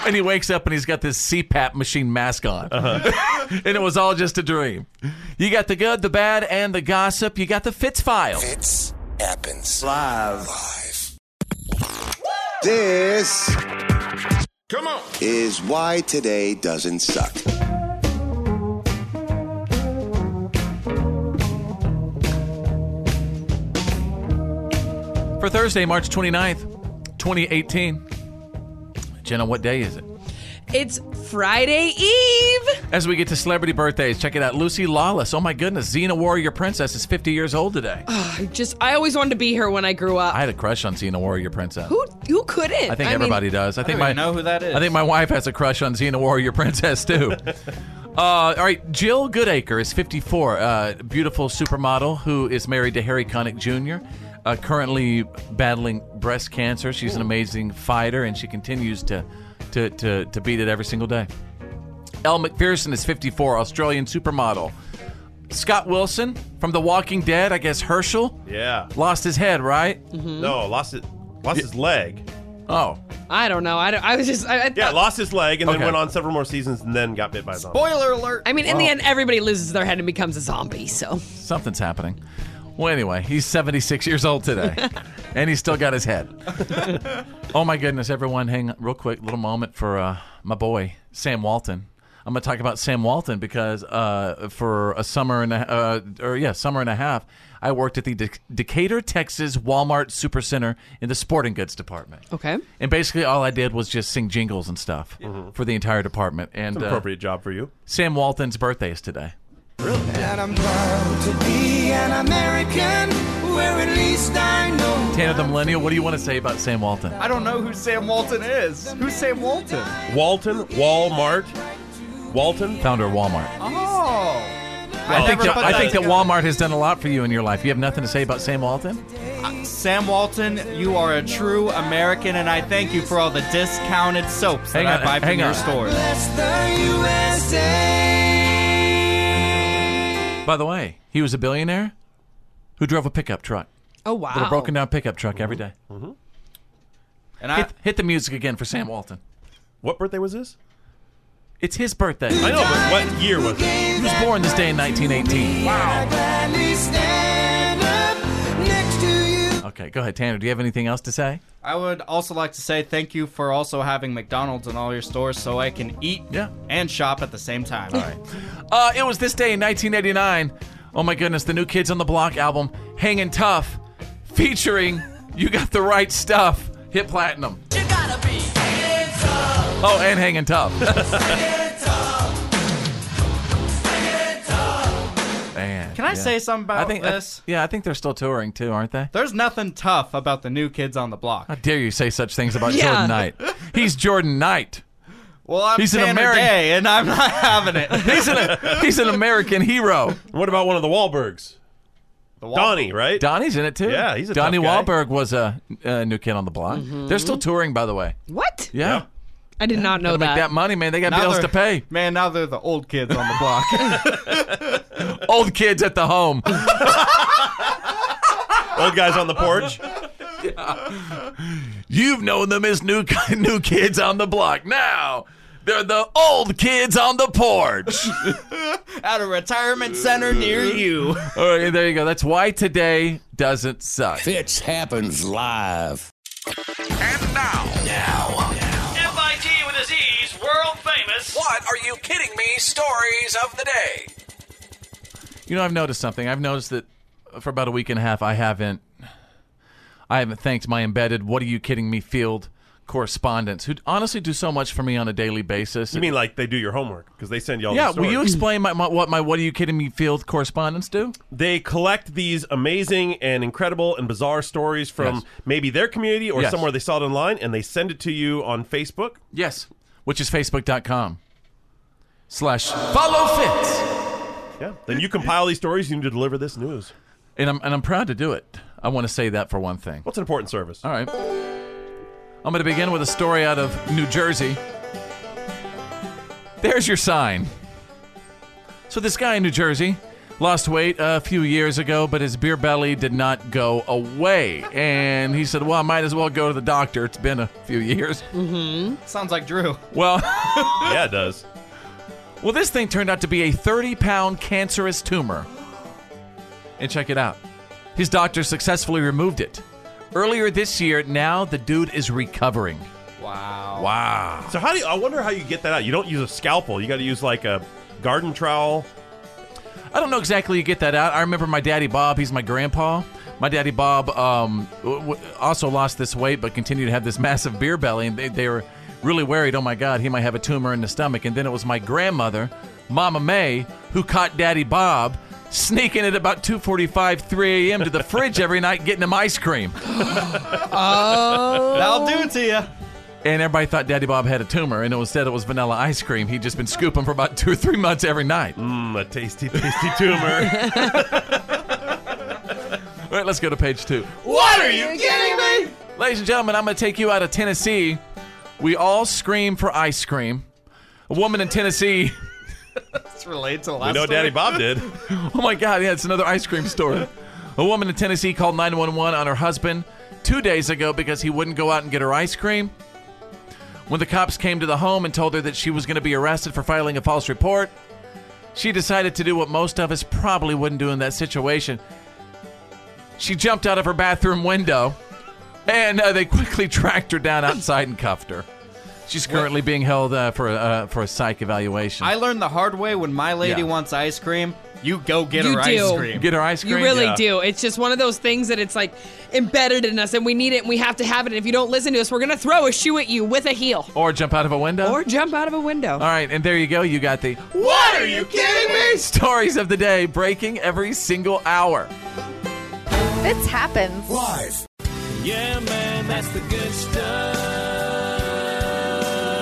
And he wakes up and he's got this CPAP machine mask on. (laughs) and it was all just a dream. You got the good, the bad, and the gossip. You got the Fitz file.
Fitz happens live. Live. This
Come on.
is why today doesn't suck.
For Thursday, March 29th, 2018. Jenna, what day is it?
It's Friday Eve.
As we get to celebrity birthdays, check it out. Lucy Lawless. Oh my goodness, Xena Warrior Princess is 50 years old today.
Ugh, I just I always wanted to be here when I grew up.
I had a crush on Xena Warrior Princess.
who who couldn't?
I think
mean,
everybody does. I think
don't
my
even know who that is.
I think my wife has a crush on Xena Warrior Princess too. uh, all right, Jill Goodacre is 54, uh, beautiful supermodel who is married to Harry Connick Jr. Uh, currently battling breast cancer, she's an amazing fighter, and she continues to to to, to beat it every single day. Elle McPherson is 54, Australian supermodel. Scott Wilson from The Walking Dead, I guess Herschel,
Yeah.
lost his head, right?
No, lost it. Lost his leg.
Oh.
I don't know. I, don't, I was just I, I
Yeah,
thought-
lost his leg and
Okay.
then went on several more seasons and then got bit by a zombie.
Spoiler alert. I mean, in the
Wow.
end, everybody loses their head and becomes a zombie. So
Something's happening. Well, anyway, he's 76 years old today, and he's still got his head. oh my goodness, everyone, hang on real quick, little moment for uh, my boy Sam Walton. I'm going to talk about Sam Walton because uh, for a summer and a, uh, or yeah, summer and a half, I worked at the Dec Decatur, Texas Walmart Supercenter in the sporting goods department.
Okay.
And basically, all I did was just sing jingles and stuff for the entire department. And uh,
It's an appropriate job for you.
Sam Walton's birthday is today.
And I'm proud to be an American, where at least I know.
Tanner the Millennial, what do you want to say about Sam Walton?
I don't know who Sam Walton is. Who's Sam Walton?
Walton, Walmart, Walton.
Founder of Walmart.
Oh.
I think,
never
that,
put
I think that
together.
Walmart has done a lot for you in your life. You have nothing to say about Sam Walton?
Uh, Sam Walton, you are a true American, and I thank you for all the discounted soaps
Hang
that
on,
I buy from
hang
your
on.
store.
Bless the USA.
By the way, he was a billionaire who drove a pickup truck.
Oh, wow.
With a broken down pickup truck every day.
And
hit, hit the music again for Sam Walton.
What birthday was this?
It's his birthday.
I know, but what year was
He was born this day in 1918.
Wow. Gladly stand up next to you.
Okay, go ahead, Tanner. Do you have anything else to say?
I would also like to say thank you for also having McDonald's in all your stores so I can eat and shop at the same time. All right.
Uh, it was this day in 1989. Oh my goodness, the new Kids on the Block album, Hangin' Tough, featuring You Got the Right Stuff, hit platinum.
You gotta be hands up.
Oh, and
(laughs)
Hanging Tough.
Hands up. Hands up.
Man,
Can I say something about
I think,
this?
yeah, I think they're still touring too, aren't they?
There's nothing tough about the new kids on the block.
How dare you say such things about
Yeah.
Jordan Knight? He's Jordan Knight.
Well, I'm
He's an
Tanner
Ameri-
Day, and
(laughs)
I'm not having it.
He's an he's an American hero.
What about one of the Wahlbergs? Donnie, right?
Donnie's in it too.
Yeah, he's a
Donnie
tough
Wahlberg was a, a new kid on the block.
Mhm.
They're still touring, by the way.
What?
Yeah,
I did not know
Gotta
that.
make that money, man. They got
Now
bills
they're-
to pay.
Man, now they're the old kids on the
(laughs)
block. (laughs)
old kids at the home.
old guys on the porch.
You've known them as new (laughs) new kids on the block. Now they're the old kids on the
(laughs)
porch.
At a retirement center
(laughs)
near you.
All right, there you go. That's why today doesn't suck.
Fitch happens live.
MIT with a Z's, world famous. What are you kidding me? Stories of the day.
You know, I've noticed something. I've noticed that for about a week and a half, I haven't, I haven't thanked my embedded. What are you kidding me? Field correspondents who honestly do so much for me on a daily basis.
You mean like they do your homework because they send y'all?
yeah,
the
will you
stories.
explain my, my what my what are you kidding me? Field correspondents do.
They collect these amazing and incredible and bizarre stories from
Yes.
maybe their community or
Yes.
somewhere they saw it online, and they send it to you on Facebook.
Yes, which is facebook.com slash follow fits.
Yeah, then you compile these stories. You need to deliver this news.
And I'm and I'm proud to do it. I want to say that for one thing.
What's an important service?
All right. I'm going to begin with a story out of New Jersey. There's your sign. So, this guy in New Jersey lost weight a few years ago, but his beer belly did not go away. And he said, Well, I might as well go to the doctor. It's been a few years.
Mm-hmm. Sounds like Drew.
Well, (laughs)
yeah, it does.
Well, this thing turned out to be a 30 pound cancerous tumor. And check it out his doctor successfully removed it. Earlier this year, now the dude is recovering.
Wow.
Wow.
So how do you, I wonder how you get that out? You don't use a scalpel. You got to use like a garden trowel.
I don't know exactly you get that out. I remember my daddy Bob. He's my grandpa. My daddy Bob um, w- w- also lost this weight, but continued to have this (laughs) massive beer belly, and they, they were really worried. Oh my God, he might have a tumor in the stomach. And then it was my grandmother, Mama May, who caught Daddy Bob sneaking at about 2:45, 3 a.m. to the fridge every night, getting him ice cream.
Oh. That'll do it to you.
And everybody thought Daddy Bob had a tumor, and instead it was vanilla ice cream. He'd just been scooping for about two or three months every night.
Mmm, a tasty, (laughs) tasty tumor.
(laughs) All right, let's go to page two.
What are you kidding me?
Ladies and gentlemen, I'm going to take you out of Tennessee. We all scream for ice cream. A woman in Tennessee.
It's related to the
We
last
know
story.
Daddy Bob did. oh my God, yeah, it's another ice cream story. A woman in Tennessee called 911 on her husband two days ago because he wouldn't go out and get her ice cream. When the cops came to the home and told her that she was going to be arrested for filing a false report, she decided to do what most of us probably wouldn't do in that situation. She jumped out of her bathroom window, and uh, they quickly (laughs) tracked her down outside and cuffed her. She's currently being held uh, for a, uh, for a psych evaluation.
I learned the hard way when my lady
Yeah.
wants ice cream, you go get
You
her
do.
ice cream.
Get her ice
You really do. It's just one of those things that it's like embedded in us and we need it and we have to have it. And if you don't listen to us, we're going to throw a shoe at you with a heel Uh,
Or jump out of a window.
or jump out of a window.
All right, and there you go. You got the
What are you kidding me?
stories of the day breaking every single hour.
Fitz happens
live.
Yeah, man, that's the good stuff.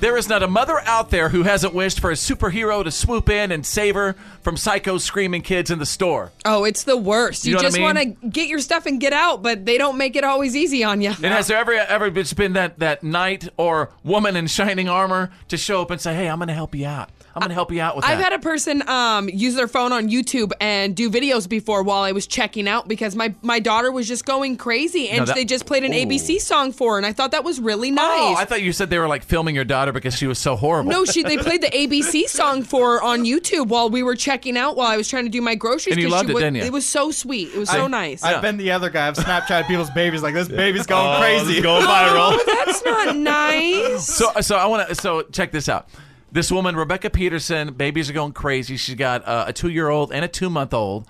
There is not a mother out there who hasn't wished for a superhero to swoop in and save her from psycho screaming kids in the store.
Oh, it's the worst.
You
You,
know what I
just
mean?
want to get your stuff and get out, but they don't make it always easy on you.
And has there ever ever just been that that knight or woman in shining armor to show up and say, "Hey, I'm going to help you out. I'm going to help you out with
I've
that."
had a person um, use their phone on YouTube and do videos before while I was checking out because my, my daughter was just going crazy and
No, that-
they just played an
Ooh.
ABC song for her, and I thought that was really nice.
Oh, I thought you said they were like filming your daughter because she was so horrible.
No, she they played the ABC song for her on YouTube while we were checking out while I was trying to do my groceries.
And you
'cause
loved
she
it,
wa-
didn't you?
It was so sweet. It was so nice.
I've been the other guy. I've Snapchat people's babies like this baby's going
Oh,
crazy.
this is going viral.
(laughs)
That's not nice.
So, so I want to. So, check this out. This woman, Rebecca Peterson, babies are going crazy. She's got uh, a two-year-old and a two-month-old,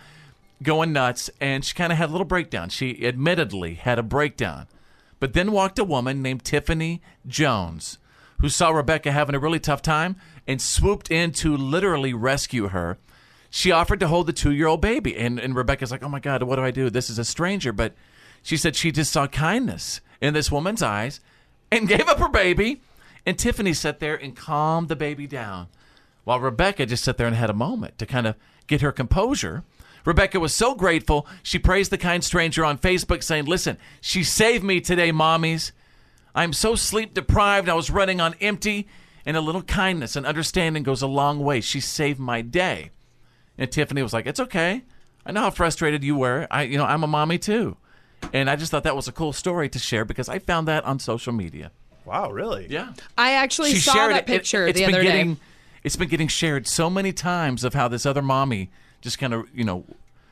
going nuts, and she kind of had a little breakdown. She admittedly had a breakdown. But then walked a woman named Tiffany Jones, who saw Rebecca having a really tough time and swooped in to literally rescue her. She offered to hold the two year old baby. And, and Rebecca's like, oh my God, what do I do? This is a stranger. But she said she just saw kindness in this woman's eyes and gave up her baby. And Tiffany sat there and calmed the baby down while Rebecca just sat there and had a moment to kind of get her composure. Rebecca was so grateful. She praised the kind stranger on Facebook, saying, Listen, she saved me today, mommies. I'm so sleep deprived, I was running on empty, and a little kindness and understanding goes a long way. She saved my day. And Tiffany was like, It's okay. I know how frustrated you were. I, you know, I'm a mommy too. And I just thought that was a cool story to share because I found that on social media.
(laughs) Wow, really?
Yeah.
I actually
She
saw
shared
that
it. It-
picture
it's
the
been
other
getting,
day.
It's been getting shared so many times of how this other mommy just kind of, you know,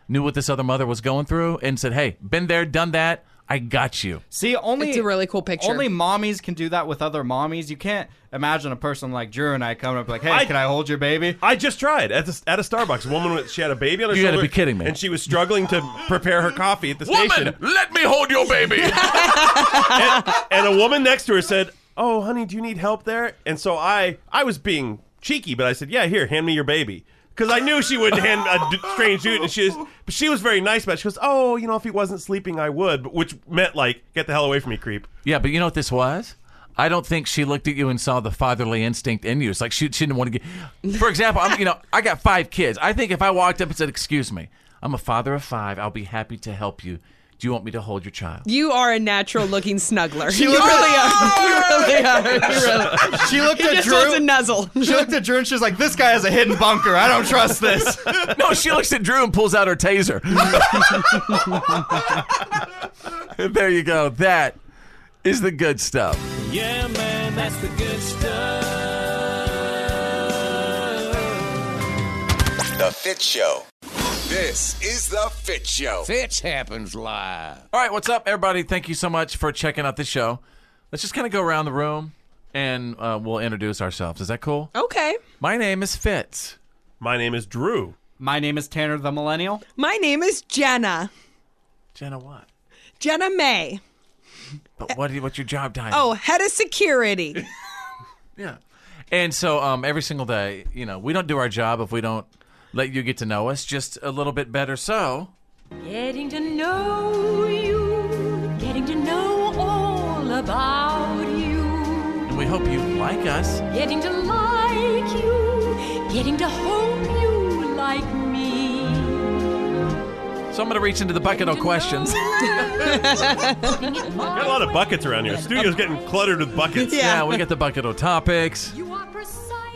knew what this other mother was going through and said, "Hey, been there, done that. I got you."
See, only
It's a really cool picture.
Only mommies can do that with other mommies. You can't imagine a person like Drew and I coming up like, "Hey, can I hold your baby?"
I just tried at the, at a Starbucks. A woman with- she had a baby on her
You
shoulder.
gotta be kidding me.
And she was struggling to prepare her coffee at the
Woman,
station.
let me hold your
(laughs)
baby. (laughs)
and, and a woman next to her said, "Oh, honey, do you need help there?" And so I I was being cheeky, but I said, "Yeah, here, hand me your baby." Because I knew she wouldn't hand a d- strange dude, and she was, but she was very nice about. it. She goes, "Oh, you know, if he wasn't sleeping, I would," but which meant like, "Get the hell away from me, creep."
Yeah, but you know what this was? I don't think she looked at you and saw the fatherly instinct in you. It's like she, she didn't want to get. For example, I'm, you know, I got five kids. I think if I walked up and said, "Excuse me, I'm a father of five. I'll be happy to help you. Do you want me to hold your child?"
You are a natural looking snuggler.
She
you
looked-
really are.
(laughs)
You really are. You really
She looked
He
at
just
Drew.
wants a nuzzle.
(laughs) She looked at Drew and she's like, "This guy has a hidden bunker. I don't trust this."
no, she looks at Drew and pulls out her taser. (laughs) there you go. That is the good stuff.
Yeah, man, that's the good stuff.
The Fit Show. This is The Fit Show.
Fitch happens live. All right, what's up, everybody? Thank you so much for checking out the show. Let's just kind of go around the room and uh, we'll introduce ourselves. Is that cool?
Okay.
My name is Fitz.
My name is Drew.
(laughs) My name is Tanner the Millennial.
My name is Jenna.
Jenna what?
Jenna May.
But what? What's your job title?
Oh, head of security.
Yeah. And so um, every single day, you know, we don't do our job if we don't let you get to know us just a little bit better. So
Getting to know you, getting to know all about you,
and we hope you like us.
getting to like you, getting to hope you like me.
So I'm going to reach into the bucket of questions.
(laughs) Got a lot of buckets around here. The studio's getting cluttered with buckets.
yeah, we got the bucket of topics.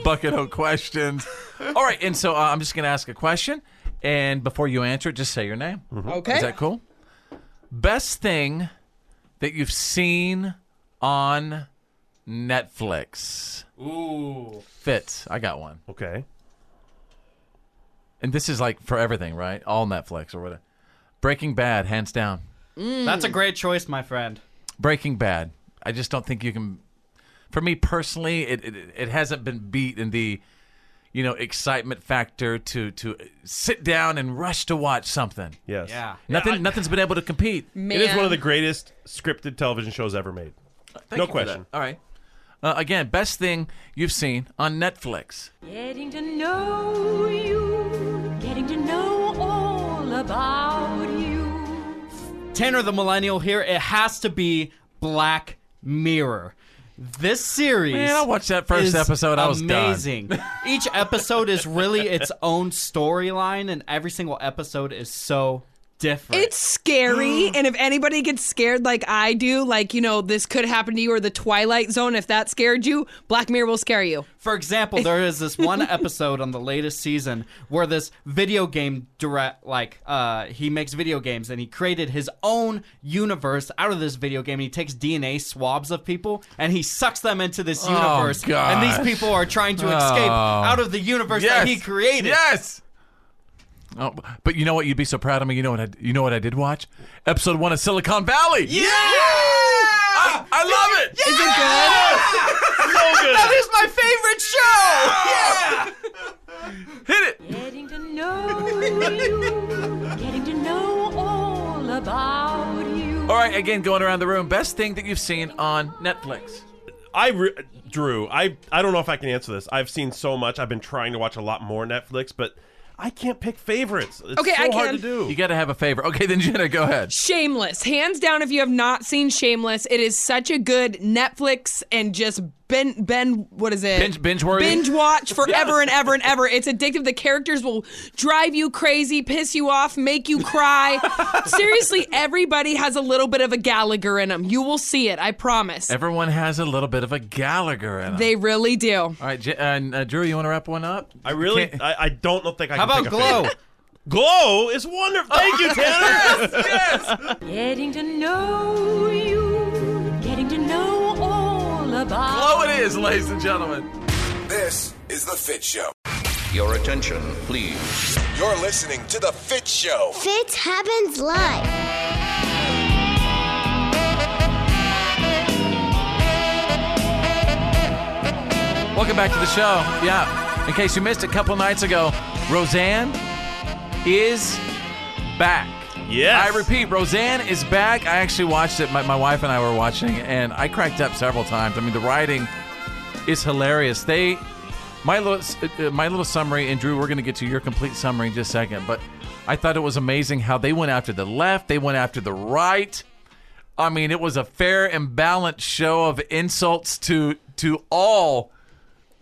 bucket of questions. All right, and so uh, I'm just going to ask a question, and before you answer it, just say your name.
Okay.
Is that cool? Best thing that you've seen on Netflix.
Ooh.
Fits. I got one.
Okay.
And this is like for everything, right? All Netflix or whatever. Breaking Bad, hands down.
That's a great choice, my friend.
Breaking Bad. I just don't think you can. For me personally, it it, it hasn't been beat in the, you know, excitement factor to to sit down and rush to watch something.
Yes. Yeah.
Nothing. nothing's been able to compete.
It is one of the greatest scripted television shows ever made.
Thank
no
you for
question.
that. All right. Uh, again, best thing you've seen on Netflix.
Getting to know you, getting to know all about you.
Tanner the Millennial here. It has to be Black Mirror. This series.
Man, I watched that first
is
episode, I was done.
amazing. Each episode is really its own storyline, and every single episode is so different.
It's scary, and if anybody gets scared like I do, like you know, this could happen to you, or the Twilight Zone, if that scared you, Black Mirror will scare you.
For example, there is this
(laughs)
one episode on the latest season where this video game direct, like, uh, he makes video games and he created his own universe out of this video game. And he takes DNA swabs of people and he sucks them into this
Oh,
universe. And
gosh.
these people are trying to escape
Oh.
out of the universe that
Yes.
he created.
Yes. Oh, but you know what? You'd be so proud of me. You know what? I, you know what I did watch? Episode one of Silicon Valley.
Yeah!
I, I love it.
Is it good? so good.
That is
Hit it.
my favorite show.
Getting to know you, getting
right, again, going around the room. Best thing that you've seen on Netflix.
I re- Drew, I I don't know if I can answer this. I've seen so much. I've been trying to watch a lot more Netflix, but I can't pick favorites. It's
Okay,
so
I
hard
can.
to do.
You got to have a favorite. Okay, then Jenna, go ahead.
Shameless. Hands down, if you have not seen Shameless, it is such a good Netflix and just ben, ben what is it?
Binge- binge-worthy?
Binge
(laughs)
watch forever
Yes.
and ever and ever. It's addictive. The characters will drive you crazy, piss you off, make
(laughs)
you cry. Seriously, everybody has a little bit of a Gallagher in them. You will see it, I promise.
Everyone has a little bit of a Gallagher in them.
They really do.
All right, J- uh, and, uh, Drew, you want to wrap one up?
I really, I, I don't know- think I.
How
can
about
pick a favorite. Glow is wonderful. Thank
(laughs)
you, Tanner.
Getting to know you, getting to know all about
Glow it is, ladies and gentlemen.
This is The Fit Show.
Your attention, please.
You're listening to The Fit Show.
Fit happens live.
Welcome back to the show. Yeah. In case you missed it, a couple nights ago, Roseanne is back.
Yes.
I repeat, Roseanne is back. I actually watched it. My, my wife and I were watching, and I cracked up several times. I mean, the writing is hilarious. They, my little, s- uh, my little summary, and Drew, we're going to get to your complete summary in just a second. But I thought it was amazing how they went after the left, they went after the right. I mean, it was a fair and balanced show of insults to to all,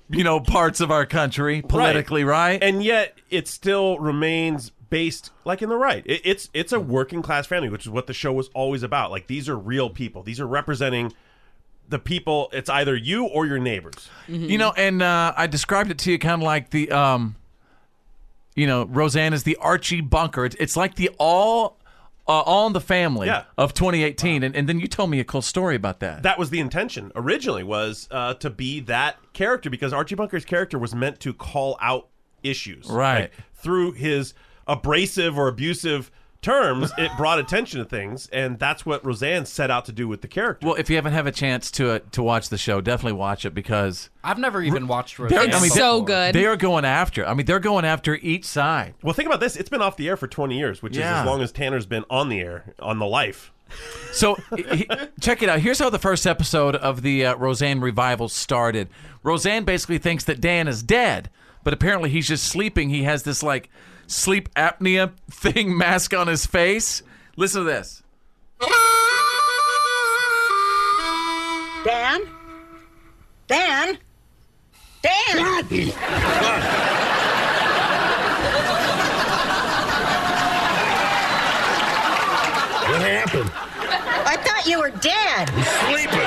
you know, parts of our country politically. Right?
And yet, it still remains based like in the right. It, it's it's a working class family, which is what the show was always about. Like these are real people. These are representing the people. It's either you or your neighbors.
You know, and uh, I described it to you kind of like the, um, you know, Roseanne is the Archie Bunker. It's, it's like the all, uh, all in the family
Yeah.
of 2018. And, and then you told me a cool story about that.
That was the intention originally was uh, to be that character because Archie Bunker's character was meant to call out issues,
Right.
Like, through his abrasive or abusive terms, it brought attention to things, and that's what Roseanne set out to do with the character.
Well, if you haven't had a chance to uh, to watch the show, definitely watch it because
I've never even watched
they're-
Roseanne.
mean,
before.
they- They are going after. I mean, they're going after each side.
Well, think about this. It's been off the air for 20 years, which is
Yeah.
as long as Tanner's been on the air, on the life.
So he- check it out. Here's how the first episode of the uh, Roseanne revival started. Roseanne basically thinks that Dan is dead, but apparently he's just sleeping. He has this like sleep apnea (laughs) thing mask on his face. Listen to this.
Dan? Dan? Dan!
What happened?
I thought you were dead.
Sleeping.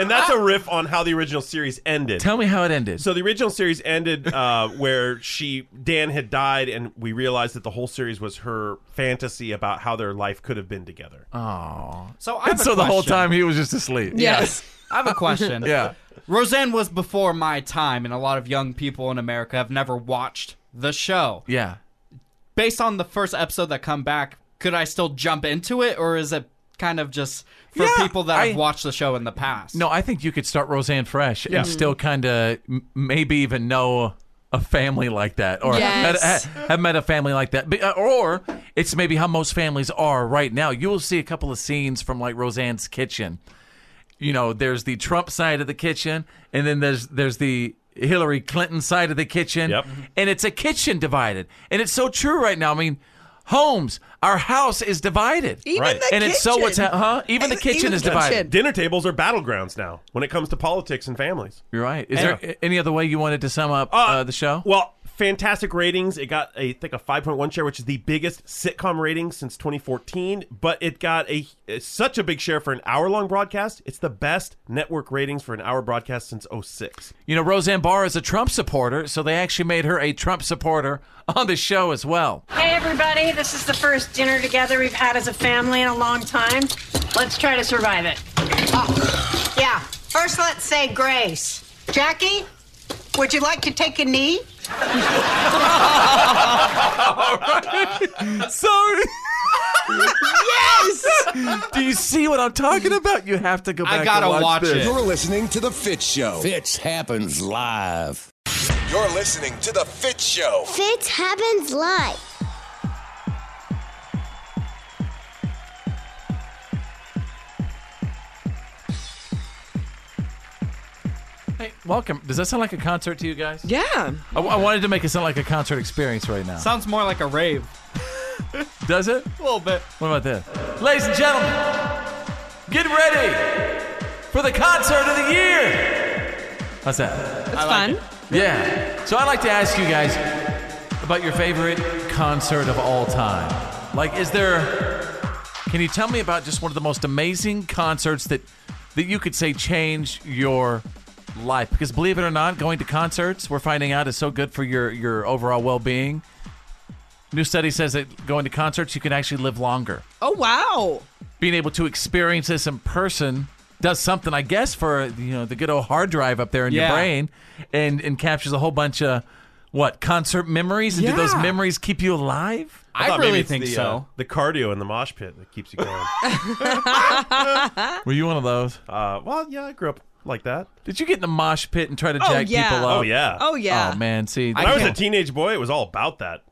And that's a riff on how the original series ended.
Tell me how it ended.
So the original series ended uh, where she Dan had died, and we realized that the whole series was her fantasy about how their life could have been together.
Oh.
So I have
And
a
so the whole
question.
time he was just asleep.
I have a question.
(laughs) Yeah.
Roseanne was before my time, and a lot of young people in America have never watched the show.
Yeah.
Based on the first episode that come back, could I still jump into it, or is it kind of just for people that have watched the show in the past?
No, I think you could start Roseanne fresh
Yeah.
and still kind of maybe even know a family like that, or
Yes.
have, met, have met a family like that, Be- uh, or it's maybe how most families are right now. You will see a couple of scenes from like Roseanne's kitchen. You know, there's the Trump side of the kitchen, and then there's there's the Hillary Clinton side of the kitchen, and it's a kitchen divided, and it's so true right now. I mean. Homes, our house is divided,
Even Right. the
and it's so what's ha-
kitchen.
huh? Even the kitchen is divided.
Dinner tables are battlegrounds now when it comes to politics and families.
You're right. Is
Yeah.
there any other way you wanted to sum up uh, the show?
Well, fantastic ratings. It got I think a 5.1 share, which is the biggest sitcom rating since 2014. But it got a such a big share for an hour long broadcast. It's the best network ratings for an hour broadcast since 06.
You know, Roseanne Barr is a Trump supporter, so they actually made her a Trump supporter on the show as well.
Hey, everybody. This is the first dinner together we've had as a family in a long time. Let's try to survive it. Oh, yeah. First, let's say grace. Jackie, would you like to take a
(laughs)
knee?
Sorry. yes. Do you see what I'm talking about? You have to go back. and watch, this.
You're listening to The Fit Show.
Fitch happens live.
You're listening to The Fit Show.
Fit happens live.
Welcome. Does that sound like a concert to you guys?
Yeah.
I, I wanted to make it sound like a concert experience right now.
Sounds more like a rave.
Does it?
A little bit.
What about this? Ladies and gentlemen, get ready for the concert of the year. How's that?
That's fun.
Yeah. So I'd like to ask you guys about your favorite concert of all time. Like, is there? Can you tell me about just one of the most amazing concerts that that you could say changed your life? Because believe it or not, going to concerts we're finding out is so good for your your overall well being. New study says that going to concerts you can actually live longer.
Oh wow.
Being able to experience this in person does something, I guess, for you know the good old hard drive up there in
Yeah.
your brain, and and captures a whole bunch of what concert memories. And do those
Yeah.
memories keep you alive?
thought maybe it's the, uh, the cardio in the mosh pit that keeps you
(laughs)
going.
Were you one of those?
Uh, well, yeah, I grew up like that.
Did you get in the mosh pit and try to
Oh,
jack
yeah.
people up?
Oh, yeah.
Oh, yeah.
Oh man, see,
When I, was a teenage boy, it was all about that.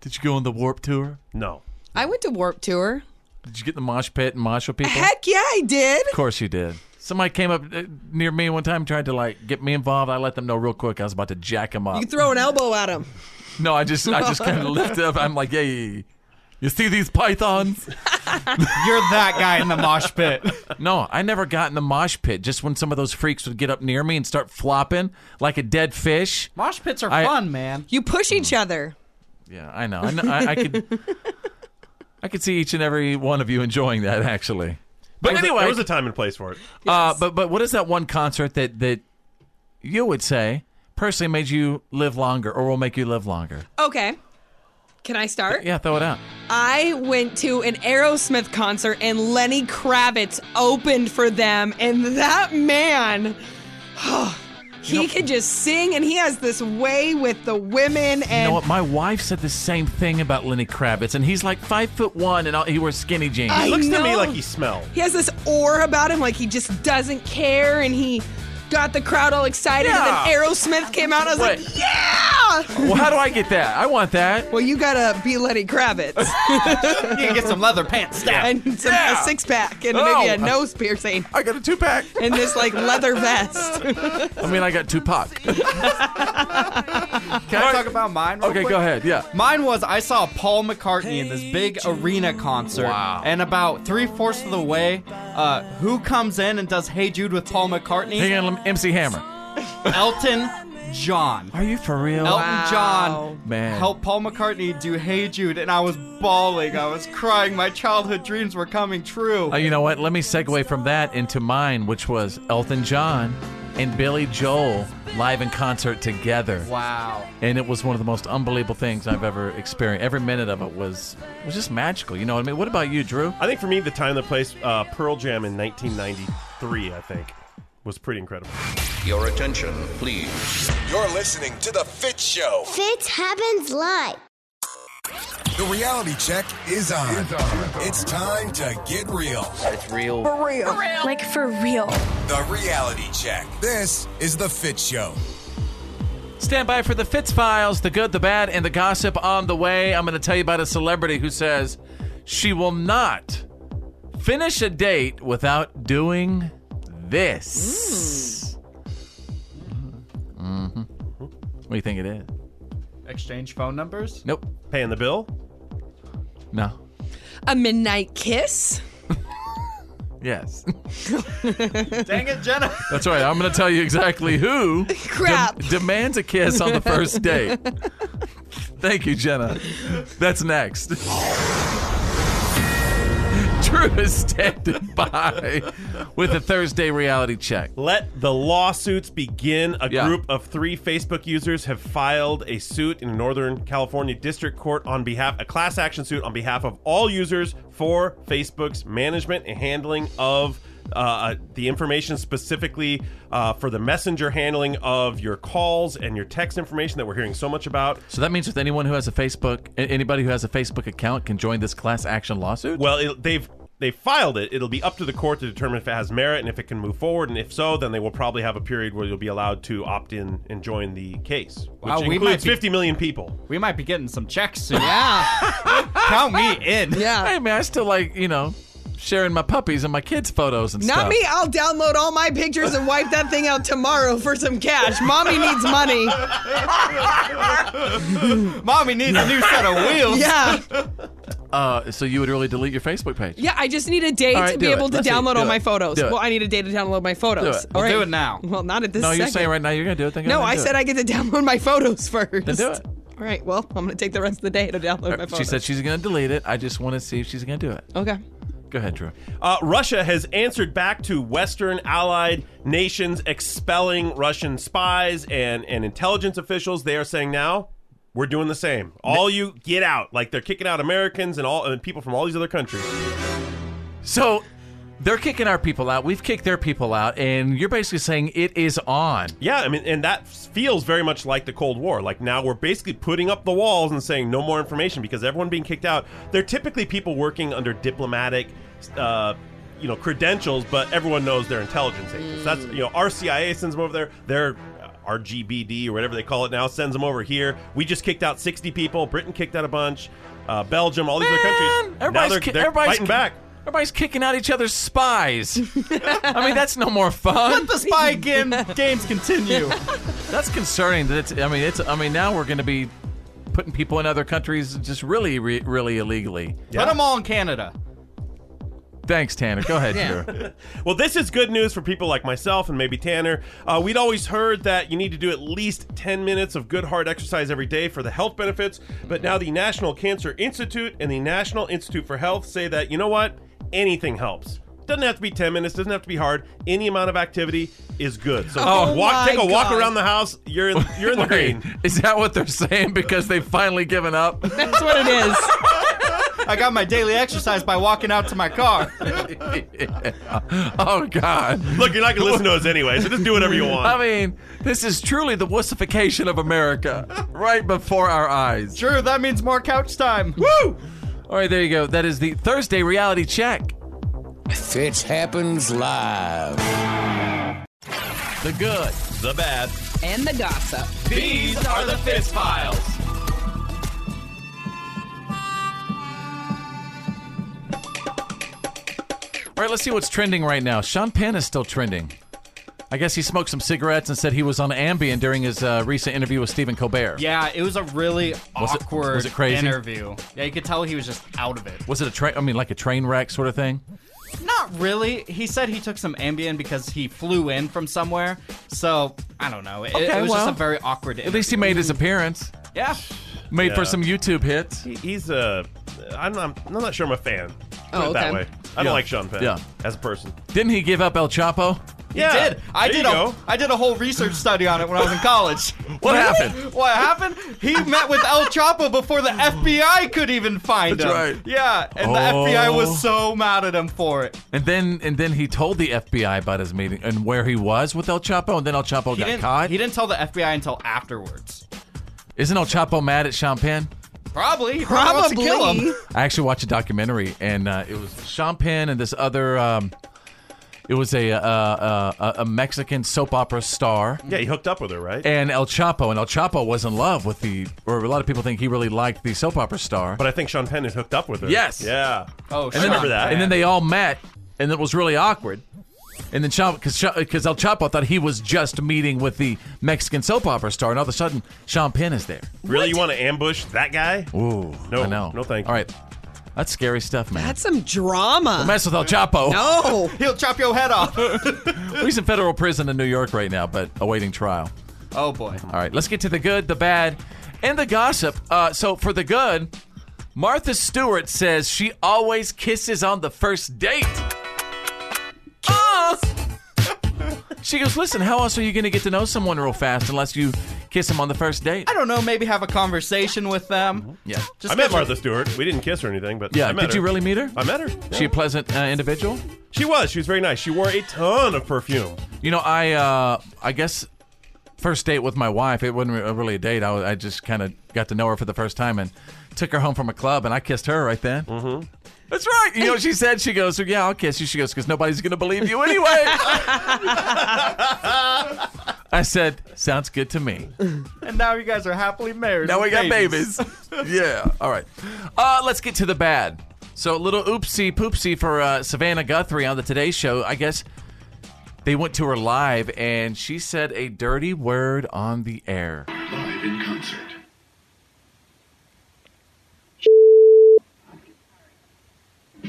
Did you go on the Warp Tour?
No.
I went to Warp Tour.
Did you get in the mosh pit and mosh with people?
Heck yeah, I did.
Of course you did. Somebody came up uh, near me one time, tried to like get me involved. I let them know real quick I was about to jack him up.
You throw an elbow at him.
No, I just I just
(laughs)
kind of lift up. I'm like, hey, you see these
(laughs)
pythons? You're that
guy in
(laughs)
the mosh pit.
No, I never got in the mosh pit. Just when some of those freaks would get up near me and start flopping like a dead fish.
Mosh pits are
I-
fun, man.
You push
Mm.
each other.
Yeah, I know. I, know, I, I could I could see each and every one of you enjoying that actually. But
There was a-
anyway,
there was a time and place for it.
Uh, but but what is that one concert that that you would say personally made you live longer or will make you live longer?
Okay. Can I start?
Yeah, throw it out.
I went to an Aerosmith concert and Lenny Kravitz opened for them, and that man, (sighs) he could just sing, and he has this way with the women. And
You know what? My wife said the same thing about Lenny Kravitz, and he's like five foot one, and all, he wears skinny jeans.
I He looks to me know. like
he
smells.
He has this aura about him, like he just doesn't care, and he got the crowd all excited.
Yeah.
And then Aerosmith came out, and I was
Right.
like, yeah!
Well, how do I get that? I want that.
Well, you gotta be Lenny Kravitz. you
can get some leather pants
stacked.
and some,
(laughs) Yeah.
a six pack, and
Oh.
maybe a nose piercing.
I got a two pack,
and this like
(laughs)
leather vest.
I mean, I got Tupac.
Can I talk about mine? real
Okay,
quick?
go ahead, yeah.
mine was I saw Paul McCartney in this big arena concert, wow. and about three fourths of the way, uh, who comes in and does "Hey Jude" with Paul McCartney?
Hang on, lem- MC Hammer.
Elton John.
Are you for real?
Elton
Wow.
John
Man.
helped Paul McCartney do "Hey Jude," and I was bawling. I was crying. My childhood dreams were coming true.
Uh, you know what? Let me segue from that into mine, which was Elton John and Billy Joel live in concert together.
Wow.
And it was one of the most unbelievable things I've ever experienced. Every minute of it was was just magical. You know what I mean? What about you, Drew?
I think for me, the time, and the place, uh, Pearl Jam in 1993, I think, was pretty incredible.
Your attention, please.
You're listening to The Fitz Show.
Fitz happens live.
The reality check is on. It's, time to get real. It's real.
For real. Like for real.
The reality check. This is The Fitz Show.
Stand by for the Fitz Files, the good, the bad, and the gossip on the way. I'm going to tell you about a celebrity who says she will not finish a date without doing this. Mhm. What do you think it is?
Exchange phone numbers.
Nope.
Paying the bill?
No.
A midnight kiss.
Yes. (laughs)
(laughs) Dang it, Jenna.
That's right. I'm going to tell you exactly who dem-
Crap.
demands a kiss on the first date. Thank you, Jenna. That's next. Drew is standing by with a Thursday reality check.
Let the lawsuits begin. A group of three Facebook users have filed a suit in a Northern California district court on behalf, a class action suit on behalf of all users for Facebook's management and handling of uh, uh, the information specifically uh, for the messenger handling of your calls and your text information that we're hearing so much about.
So that means with anyone who has a Facebook, a- anybody who has a Facebook account can join this class action lawsuit.
Well, it, they've they filed it. It'll be up to the court to determine if it has merit and if it can move forward. And if so, then they will probably have a period where you'll be allowed to opt in and join the case, which
Wow, we might
includes
be-
50 million people.
We might be getting some checks soon. Yeah. (laughs) Count me in.
Yeah.
Hey man, I still like you know sharing my puppies and my kids' photos and
Not
stuff.
me. I'll download all my pictures and wipe that thing out tomorrow for some cash. Mommy
(laughs)
needs money.
Mommy needs a new set of wheels.
Yeah.
Uh, so you would really delete your Facebook page?
Yeah, I just need a day
All right,
to be
do it.
able to
Let's see.
download
Do
all
it.
my photos.
Do it.
Well, I need a day to download my photos.
Do it.
All
Well, do it
right.
now.
Well, not at this
no, you're
second.
saying right now you're gonna do it. Then go
No,
ahead
I
and do
said
it.
I get to download my photos first.
Then do it.
All right. Well, I'm gonna take the rest of the day to download my photos.
She said she's gonna delete it. I just want to see if she's gonna do it.
Okay.
Go ahead, Drew.
Uh, Russia has answered back to Western allied nations expelling Russian spies and, and intelligence officials. They are saying now we're doing the same. All you get out. Like they're kicking out Americans and all and people from all these other countries.
So they're kicking our people out. We've kicked their people out, and you're basically saying it is on.
Yeah, I mean, and that feels very much like the Cold War. Like now we're basically putting up the walls and saying no more information because everyone being kicked out. They're typically people working under diplomatic, uh, you know, credentials, but everyone knows they're intelligence
Mm.
agents. That's you know, our CIA sends them over there. Their uh, RGBD or whatever they call it now sends them over here. We just kicked out 60 people. Britain kicked out a bunch. Uh, Belgium, all these other countries. Now
Everybody's,
they're,
ki-
they're
everybody's
fighting
ki-
back.
Everybody's kicking out each other's spies. I mean, that's no more fun.
Let the spy game games continue.
That's concerning. That it's. I mean, it's. I mean, now we're going to be putting people in other countries just really, re- really illegally.
Put them all in Canada.
Thanks, Tanner. Go ahead,
Yeah.
Drew.
well, this is good news for people like myself and maybe Tanner. Uh, we'd always heard that you need to do at least 10 minutes of good hard exercise every day for the health benefits, but now the National Cancer Institute and the National Institute for Health say that, you know what? Anything helps. Doesn't have to be 10 minutes, doesn't have to be hard. Any amount of activity is good. So
Oh
walk,
my
take a walk
God.
around the house. You're in, you're in the
(laughs) Wait,
green.
Is that what they're saying? Because they've finally given up. (laughs)
(laughs) That's what it is.
I got my daily exercise by walking out to
(laughs)
my car.
Oh God!
Look, you're not gonna listen to us anyway, so just do whatever you
(laughs)
want.
I mean, this is truly the wussification of America (laughs) right before our eyes.
Sure, that means more couch time.
Woo! All right, there you go. That is the Thursday reality check.
Fitz happens live.
The good,
the bad,
And the gossip.
These are the Fitz Files. All right, let's see what's trending right now. Sean Penn is still trending. I guess he smoked some cigarettes and said he was on Ambien during his uh, recent interview with Stephen Colbert.
Yeah, it was a really
Was it-
awkward
was it crazy?
interview. Yeah, you could tell he was just out of it.
Was it a train? I mean, like a train wreck sort of thing.
Not really. He said he took some Ambien because he flew in from somewhere. So I don't know. It, it
Okay,
was
well,
just a very awkward. Interview.
At least he made his appearance.
Yeah.
Made
Yeah.
for some YouTube hits.
He- He's a. I'm not, I'm not sure I'm a fan. Put
Oh,
it that
okay.
way. I don't
Yeah.
like Sean Penn
Yeah.
as a person.
Didn't he give up El Chapo?
He did.
There
I did
you
a
go.
I did a whole research study on it when I was in college.
(laughs) What happened?
What happened? He met with El Chapo before the FBI could even find
That's
him.
right.
Yeah, and the
Oh.
FBI was so mad at him for it.
And then and then he told the FBI about his meeting and where he was with El Chapo, and then El Chapo
He
got
didn't,
caught.
he didn't tell the FBI until afterwards.
Isn't El Chapo mad at Sean Penn?
Probably. He probably wants to kill him.
I actually watched a documentary, and uh, it was Sean Penn and this other. Um, it was a, uh, uh, uh, a Mexican soap opera star.
Yeah, he hooked up with her, right?
And El Chapo, and El Chapo was in love with the, or a lot of people think he really liked the soap opera star.
But I think Sean Penn is hooked up with her.
Yes.
Yeah.
Oh,
I remember that.
And then they all met, and it was really awkward. And then Chapo, because El Chapo thought he was just meeting with the Mexican soap opera star, and all of a sudden Sean Penn is there.
really, you want to ambush that guy?
Ooh,
no,
I know.
no, thank.
All right, that's scary stuff, man.
That's some drama.
Don't mess with El Chapo.
No.
He'll chop your head off. (laughs)
He's in federal prison in New York right now, but awaiting trial.
Oh boy.
All right, let's get to the good, the bad, and the gossip. Uh, so for the good, Martha Stewart says she always kisses on the first date. Oh! (laughs) She goes, listen, how else are you going to get to know someone real fast unless you kiss them on the first date?
I don't know, maybe have a conversation with them.
Yeah.
I met Martha Stewart. We didn't kiss or anything, but
Yeah,
I met
did
her.
you really meet her?
I met her.
She a pleasant uh, individual?
She was. She was very nice. She wore a ton of perfume.
You know, I uh, I guess first date with my wife. It wasn't re- uh, really a date. I, was- I just kind of got to know her for the first time and took her home from a club, and I kissed her right then. Mm-hmm. That's right. You know, she said she goes, "Yeah, I'll kiss you." She goes, "Because nobody's gonna believe you anyway." I said, "Sounds good to me."
And now you guys are happily married.
Now we
with
got
babies.
babies. yeah. All right. Uh, let's get to the bad. So a little oopsie poopsie for uh, Savannah Guthrie on the Today Show. I guess they went to her live and she said a dirty word on the air.
Live in concert.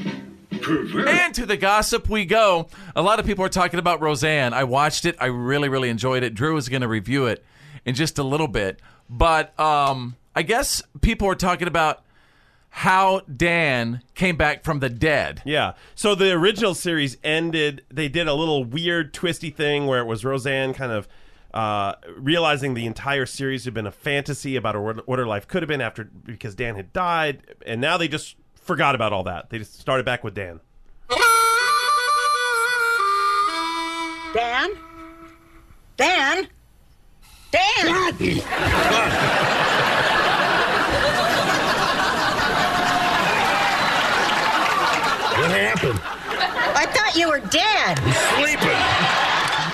And to the gossip we go. A lot of people are talking about Roseanne. I watched it. I really, really enjoyed it. Drew is going to review it in just a little bit. But um, I guess people are talking about how Dan came back from the dead.
Yeah. So the original series ended. They did a little weird, twisty thing where it was Roseanne kind of uh, realizing the entire series had been a fantasy about what what her life could have been after because Dan had died, and now they just forgot about all that. They just started back with Dan.
Dan? Dan? Dan!
What happened?
I thought you were dead.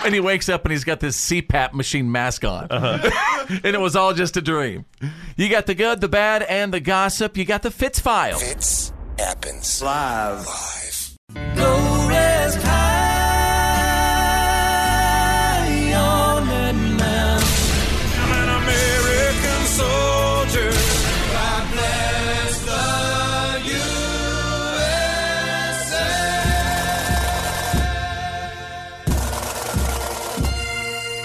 And he wakes up and he's got this CPAP machine mask on. (laughs) and it was all just a dream. You got the good, the bad, and the gossip. You got the Fitz file.
Fits happens
live.
Go rest high on that mountain. I'm an American soldier. I bless the USA.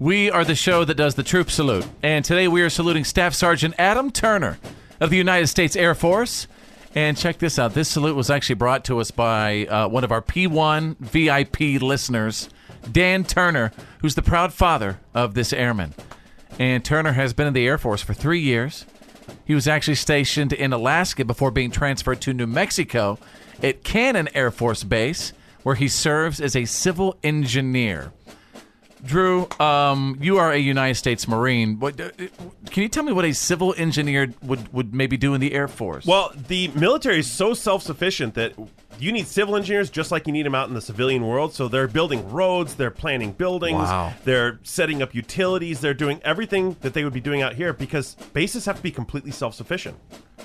We are the show that does the troop salute. And today we are saluting Staff Sergeant Adam Turner of the United States Air Force. And check this out this salute was actually brought to us by uh, one of our P1 VIP listeners, Dan Turner, who's the proud father of this airman. And Turner has been in the Air Force for three years. He was actually stationed in Alaska before being transferred to New Mexico at Cannon Air Force Base, where he serves as a civil engineer. Drew, um, you are a United States Marine. What, uh, can you tell me what a civil engineer would, would maybe do in the Air Force?
Well, the military is so self sufficient that you need civil engineers just like you need them out in the civilian world. So they're building roads, they're planning buildings,
Wow.
they're setting up utilities, they're doing everything that they would be doing out here because bases have to be completely self sufficient.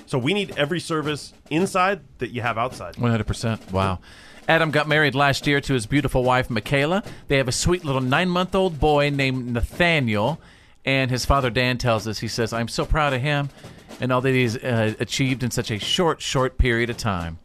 So we need every service inside that you have outside.
100%. Wow. Adam got married last year to his beautiful wife, Michaela. They have a sweet little nine month old boy named Nathaniel. And his father, Dan, tells us, he says, I'm so proud of him and all that he's uh, achieved in such a short, short period of time.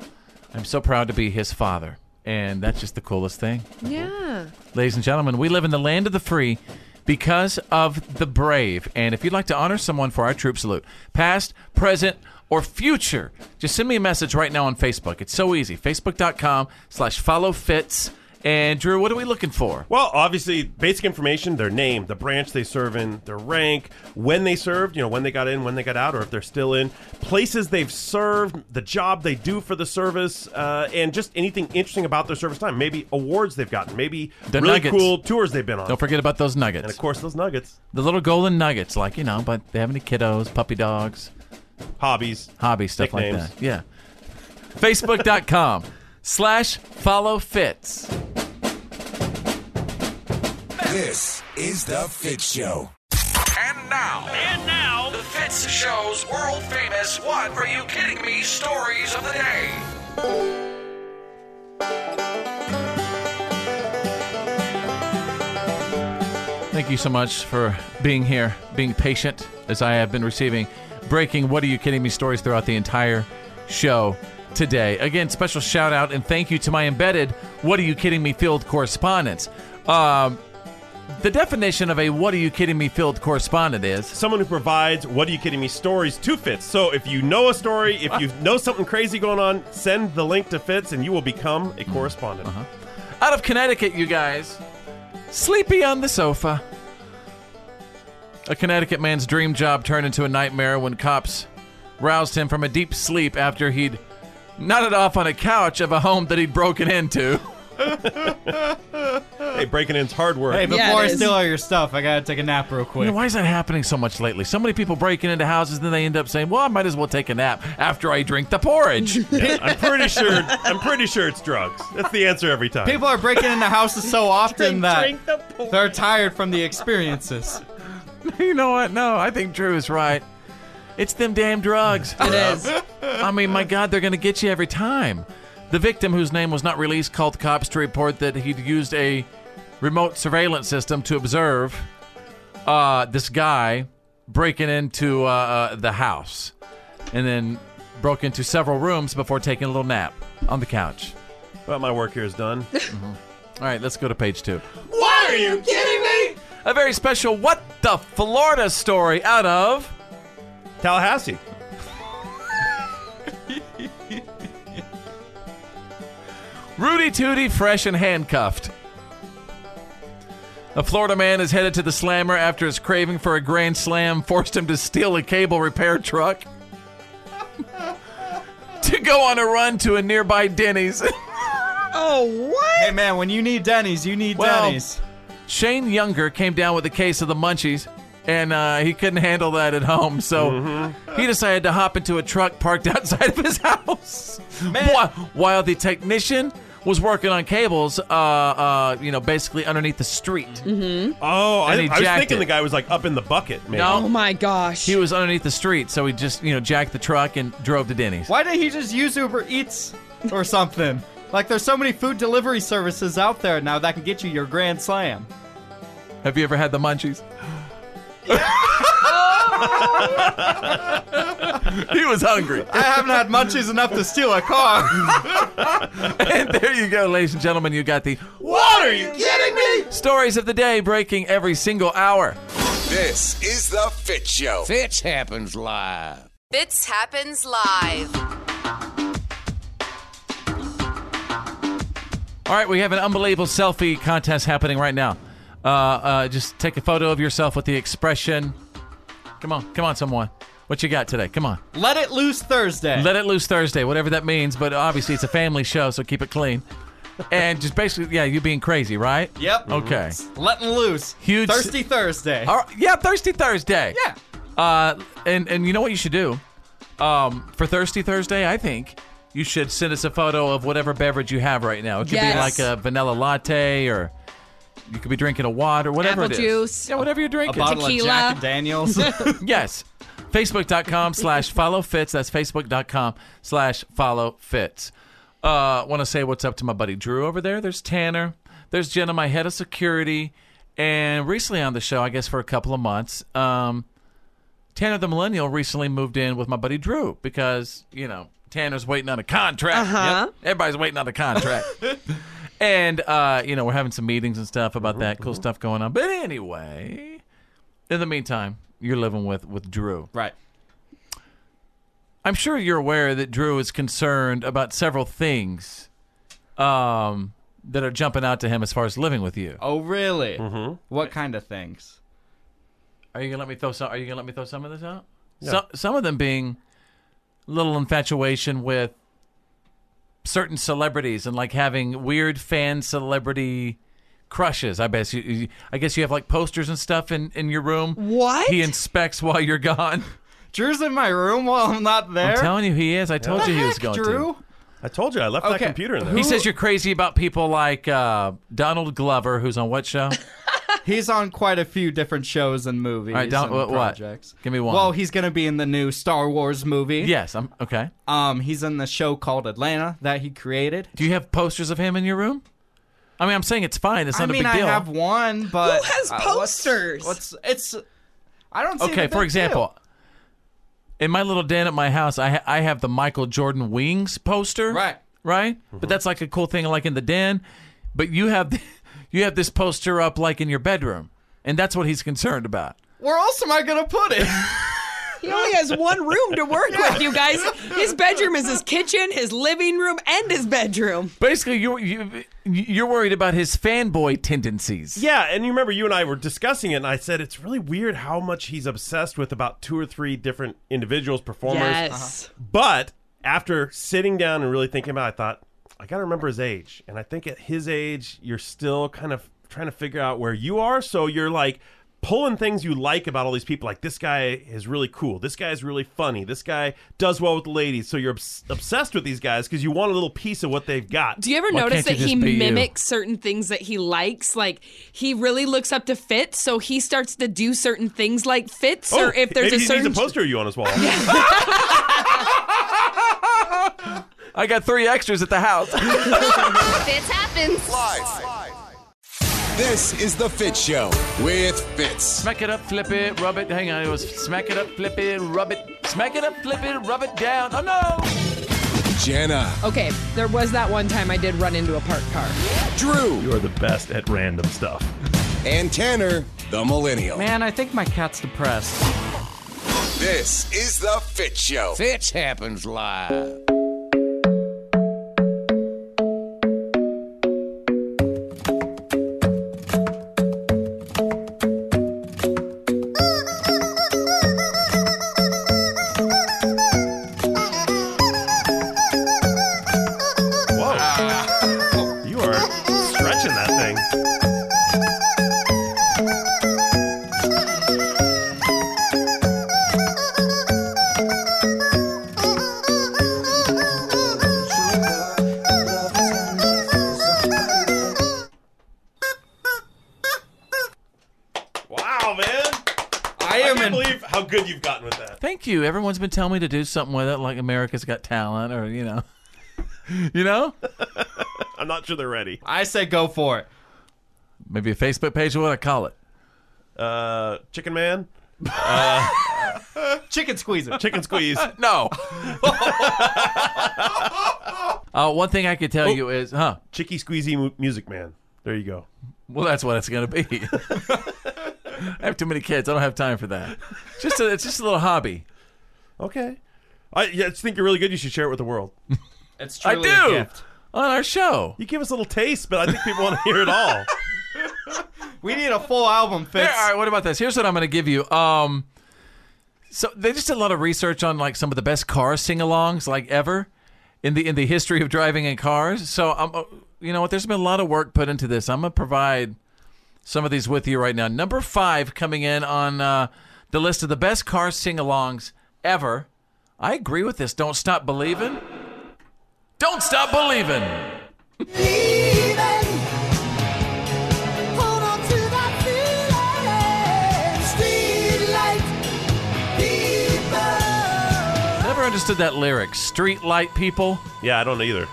I'm so proud to be his father. And that's just the coolest thing.
Yeah.
Ladies and gentlemen, we live in the land of the free because of the brave. And if you'd like to honor someone for our troop salute, past, present, or future, just send me a message right now on Facebook. It's so easy. Facebook.com slash follow fits. And Drew, what are we looking for?
Well, obviously, basic information: their name, the branch they serve in, their rank, when they served, you know, when they got in, when they got out, or if they're still in, places they've served, the job they do for the service, uh, and just anything interesting about their service time. Maybe awards they've gotten, maybe
The
really
nuggets.
cool tours they've been on,
Don't forget about those nuggets.
and of course those nuggets,
the little golden nuggets, like, you know, but they have any kiddos, puppy dogs,
hobbies,
hobby stuff
nicknames.
like that. Yeah. Facebook.com (laughs) slash follow fits.
This is the Fit Show.
And now, and now, the Fitz Show's world famous What Are You Kidding Me stories of the day.
Thank you so much for being here, being patient as I have been receiving breaking what are you kidding me stories throughout the entire show today. Again, special shout out and thank you to my embedded what are you kidding me field correspondents. Um, the definition of a what are you kidding me field correspondent is
someone who provides what are you kidding me stories to Fitz. So if you know a story, if you know something crazy going on, send the link to Fitz, and you will become a correspondent.
Uh-huh. out of Connecticut, you guys. Sleepy on the sofa. A Connecticut man's dream job turned into a nightmare when cops roused him from a deep sleep after he'd nodded off on a couch of a home that he'd broken into.
hey, breaking in's hard work.
Hey, before I steal all your stuff, I gotta take a nap real quick.
You know, why is that happening so much lately? So many people breaking into houses, then they end up saying, "Well, I might as well take a nap after I drink the porridge."
I'm pretty sure. I'm pretty sure it's drugs. That's the answer every time.
People are breaking into
(laughs)
houses so often that they're tired from the experiences.
you know what? No, I think Drew is right. It's them damn drugs.
It is.
Uh-huh. I mean, my God, they're going to get you every time. The victim, whose name was not released, called cops to report that he'd used a remote surveillance system to observe uh, this guy breaking into uh, uh, the house and then broke into several rooms before taking a little nap on the couch.
Well, my work here is done.
(laughs)
Mhm.
All right, let's go to page two.
Why are you kidding me?
A very special What the Florida story out of
Tallahassee.
Rudy Tooty, fresh and handcuffed. A Florida man is headed to the slammer after his craving for a grand slam forced him to steal a cable repair truck (laughs) to go on a run to a nearby Denny's. (laughs)
oh, what?
Hey, man, when you need Denny's, you need
Well,
Denny's.
Shane Younger came down with a case of the munchies, and uh, he couldn't handle that at home, so he decided to hop into a truck parked (laughs) outside of his house. While, while the technician was working on cables, uh, uh, you know, basically underneath the street. Mm-hmm.
Oh, I,
And
I
he
was
jacked
thinking
it.
the guy was like up in the bucket. Maybe.
No. Oh
my gosh.
He was underneath the street, so he just, you know, jacked the truck and drove to Denny's.
Why didn't he just use Uber Eats or something? like, there's so many food delivery services out there now that can get you your grand slam.
Have you ever had the munchies? (laughs) he was hungry. (laughs)
I haven't had munchies enough to steal a car.
and there you go, ladies and gentlemen. You got the
What are you kidding me?
stories of the day breaking every single hour.
This is the Fit Show.
Fitch happens live.
Fits happens live.
All right, we have an unbelievable selfie contest happening right now. Uh, uh, just take a photo of yourself with the expression. Come on, come on, someone. What you got today? Come on.
Let it loose Thursday.
Let it loose Thursday, whatever that means. But obviously, it's a family show, so keep it clean. And just basically, yeah, you being crazy, right?
Yep.
Mm-hmm. Okay.
Letting loose.
Huge-
Thirsty Thursday.
All right, yeah, Thirsty Thursday. Yeah. Uh, and and you know what you should do? Um, for Thirsty Thursday, I think you should send us a photo of whatever beverage you have right now. It could
Yes.
be like a vanilla latte, or you could be drinking a water, whatever
Apple
it is.
juice.
Yeah, whatever you're drinking.
bottle of Tequila. Jack and
(laughs)
Daniels. (laughs)
yes. Facebook.com slash follow fits. That's Facebook.com slash follow fits. Uh, Want to say what's up to my buddy Drew over there. There's Tanner. There's Jenna, my head of security. And recently on the show, I guess for a couple of months, um, Tanner the Millennial recently moved in with my buddy Drew because, you know, Tanner's waiting on a contract.
Uh-huh.
Yep. Everybody's waiting on a contract. and, uh, you know, we're having some meetings and stuff about that. Cool stuff going on. But anyway, in the meantime, you're living with, with Drew.
Right.
I'm sure you're aware that Drew is concerned about several things um, that are jumping out to him as far as living with you.
Oh, really? Mm-hmm. What kind of things?
Are you gonna let me throw some? Are you gonna let me throw some of this out? Some some of them being little infatuation with certain celebrities and like having weird fan celebrity crushes. I guess you- you, I guess you have like posters and stuff in in your room.
What?
he inspects while you're gone.
Drew's in my room while I'm not there.
I'm telling you, he is. I told
What
you
the
he was
heck,
going
Drew?
to.
I told you I left that
Okay.
computer in there.
He says you're crazy about people like uh, Donald Glover, who's on what
(laughs)
show?
He's on quite a few different shows and movies.
All right, don't-
and
what- what?
projects.
Give me one.
Well, he's going to be in the new Star Wars movie.
yes, I'm okay.
Um, he's in the show called Atlanta that he created.
Do you have posters of him in your room? I mean, I'm saying it's fine. It's
I
not
mean,
a big
I
deal.
have one, but
Who has
uh, what's-
posters?
What's, it's? I don't. See
okay,
the
for
big
example,
deal.
in my little den at my house, I ha- I have the Michael Jordan wings poster.
Right. Mm-hmm.
Right? But that's like a cool thing like in the den, but you have (laughs) you have this poster up like in your bedroom. And that's what he's concerned about.
Where else am I going to put it?
He only has one room to work with, you guys. His bedroom is his kitchen, his living room, and his bedroom.
Basically, you you you're worried about his fanboy tendencies.
Yeah, and you remember you and I were discussing it, and I said it's really weird how much he's obsessed with about two or three different individuals, performers.
Yes. Uh-huh.
But after sitting down and really thinking about, it, I thought I got to remember his age, and I think at his age, you're still kind of trying to figure out where you are, so you're like pulling things you like about all these people. Like this guy is really cool. This guy is really funny. This guy does well with the ladies. So you're obs- obsessed with these guys because you want a little piece of what they've got.
Do you ever
Why
notice that
can't you
he
just be you?
mimics certain things that he likes? Like he really looks up to Fitz, so he starts to do certain things like Fitz,
Oh,
or if there's
maybe
a
he
certain
needs a poster of you on his wall.
I got three extras at the
(laughs)
house.
Fits happens.
This is the Fit Show with Fitz.
Smack it up, flip it, rub it. Hang on, it was smack it up, flip it, rub it. Smack it up, flip it, rub it down. Oh no!
Jenna.
Okay, there was that one time I did run into a parked car.
Drew.
You are the best at random stuff.
And Tanner, the millennial.
Man, I think my cat's depressed.
This is the Fit Show.
Fits happens live.
Whoa. you are stretching that thing. Wow, man.
I am
can't
in-
believe how good you've gotten with that.
Thank you. Everyone's been telling me to do something with it, like America's Got Talent, or you know, (laughs) you know.
I'm not sure they're ready.
I say go for it.
Maybe a Facebook page. What I call it?
Uh, Chicken Man.
Chicken squeezer.
Chicken
(laughs)
squeeze.
no. Uh, one thing I could tell you is, huh?
Chicky Squeezy Mu- Music Man. There you go.
Well, that's what it's going to be. (laughs) I have too many kids. I don't have time for that. Just a, it's just a little hobby.
Okay. I yeah, I just think you're really good. You should share it with the world.
It's
I do on our show.
You give us a little taste, but I think people want to hear it all. (laughs)
We need a full album,
Here,
Fitz.
all right, what about this? Here's what I'm going to give you. Um, so they just did a lot of research on like some of the best car sing-alongs like ever in the in the history of driving in cars. So I'm, uh, you know what? There's been a lot of work put into this. I'm going to provide some of these with you right now. Number five coming in on uh, the list of the best car sing-alongs ever. I agree with this. Don't stop believing. Don't stop believing. Never understood that lyric. Streetlight people.
Yeah, I don't either.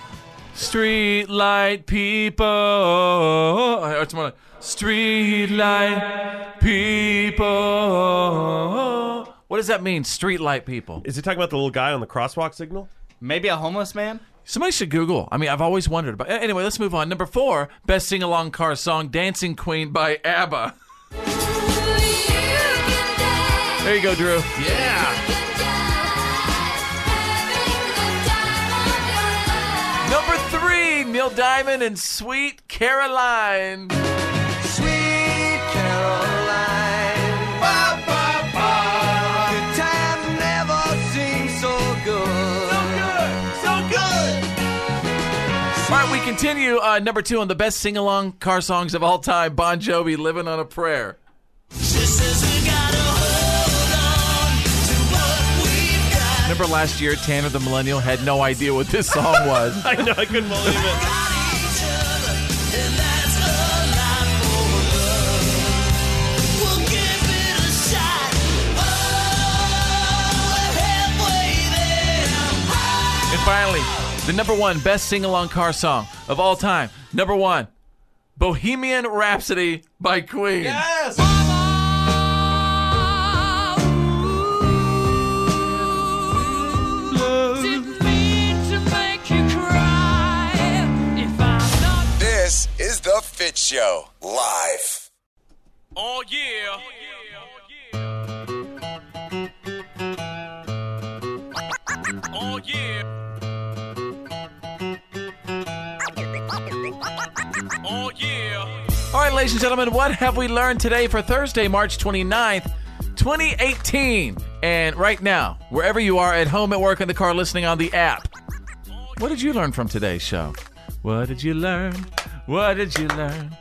Streetlight people. Or it's more like, Streetlight people. What does that mean? Streetlight people.
Is he talking about the little guy on the crosswalk signal? (laughs)
Maybe a homeless man?
Somebody should Google. I mean, I've always wondered. But anyway, let's move on. Number four, best sing along car song, "Dancing Queen" by ABBA. There you go, Drew.
Yeah.
Number three, Neil Diamond and "Sweet Caroline."
Sweet Caroline. Ba, ba, ba. Good time never seems so good. So good. So good.
All right, we continue. Uh, number two on the best sing along car songs of all time, Bon Jovi, "Living on a Prayer." Remember last year, Tanner the Millennial had no idea what this song was.
I know. I couldn't believe it.
And finally, the number one best sing along car song of all time. Number one, Bohemian Rhapsody by Queen.
Yes!
This is the Fit Show live.
Oh yeah. ladies and gentlemen, what have we learned today for Thursday, March 29th, 2018? And right now, wherever you are, at home, at work, in the car, listening on the app, what did you learn from today's show? What did you learn? What did you learn?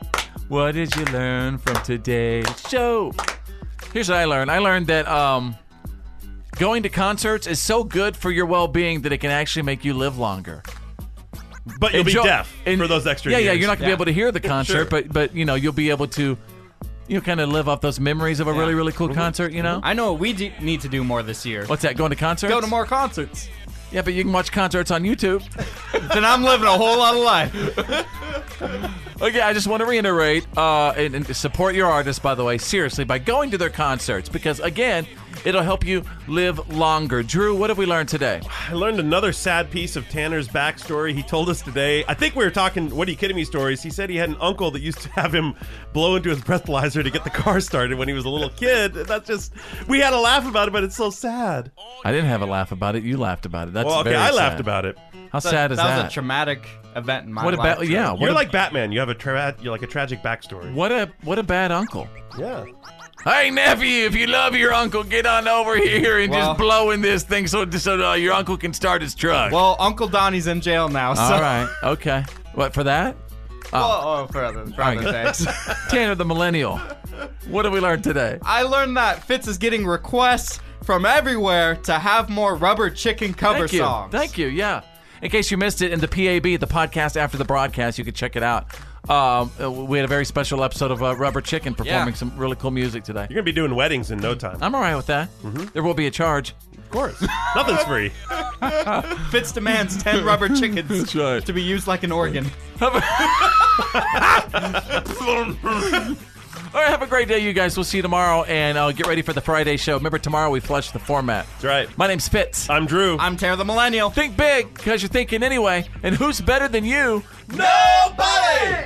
What did you learn from today's show? Here's what I learned. I learned that um, going to concerts is so good for your well-being that it can actually make you live longer.
But you'll be
Enjoy-
deaf for those extra
yeah,
years.
yeah, you're not gonna be able to hear the
(laughs) Sure.
concert, but but you know you'll be able to, you know, kind of live off those memories of a really really cool concert. You know,
I know what we do- need to do more this year.
what's that? Going to concerts?
Go to more concerts.
Yeah, but you can watch concerts on YouTube.
then I'm living a whole lot of life.
Okay, I just want to reiterate uh, and, and support your artists, by the way, seriously, by going to their concerts because, again, it'll help you live longer. Drew, what have we learned today?
I learned another sad piece of Tanner's backstory. He told us today. I think we were talking "What Are You Kidding Me" stories. He said he had an uncle that used to have him blow into his breathalyzer to get the car started when he was a little kid. And That's just we had a laugh about it, but it's so sad.
I didn't have a laugh about it. You laughed about it. That's
well, okay,
very
I
sad.
laughed about it.
How sad is that?
was a traumatic event in my
What a
life.
ba- yeah, what
you're
a-
like Batman. You have a tra- you're like a tragic backstory.
What a what a bad uncle.
Yeah.
Hey nephew, if you love your uncle, get on over here and
Well-
just blow in this thing so so uh, your uncle can start his truck.
Well, Uncle Donnie's in jail now. So.
All right, okay. What for that?
Well, oh, for other, for other
Alright. (laughs)
things.
Tanner the millennial. What did we learn today?
I learned that Fitz is getting requests from everywhere to have more rubber chicken cover
Thank you.
songs.
Thank you. Yeah. In case you missed it, in the PAB, the podcast after the broadcast, you can check it out. Um, uh, we had a very special episode of uh, Rubber Chicken performing
Yeah.
some really cool music today.
You're gonna be doing weddings in no time.
I'm all right with that. There will be a charge.
Mm-hmm. Of
(laughs)
course, nothing's free.
Fitz demands 10 rubber chickens to be used like an organ.
All right, have a great day, you guys. We'll see you tomorrow, and uh, get ready for the Friday show. Remember, tomorrow we flush the format. That's
right. Uh,
My name's Fitz.
I'm Drew.
I'm Tanner the Millennial.
Think big, because you're thinking anyway. And who's better than you?
Nobody!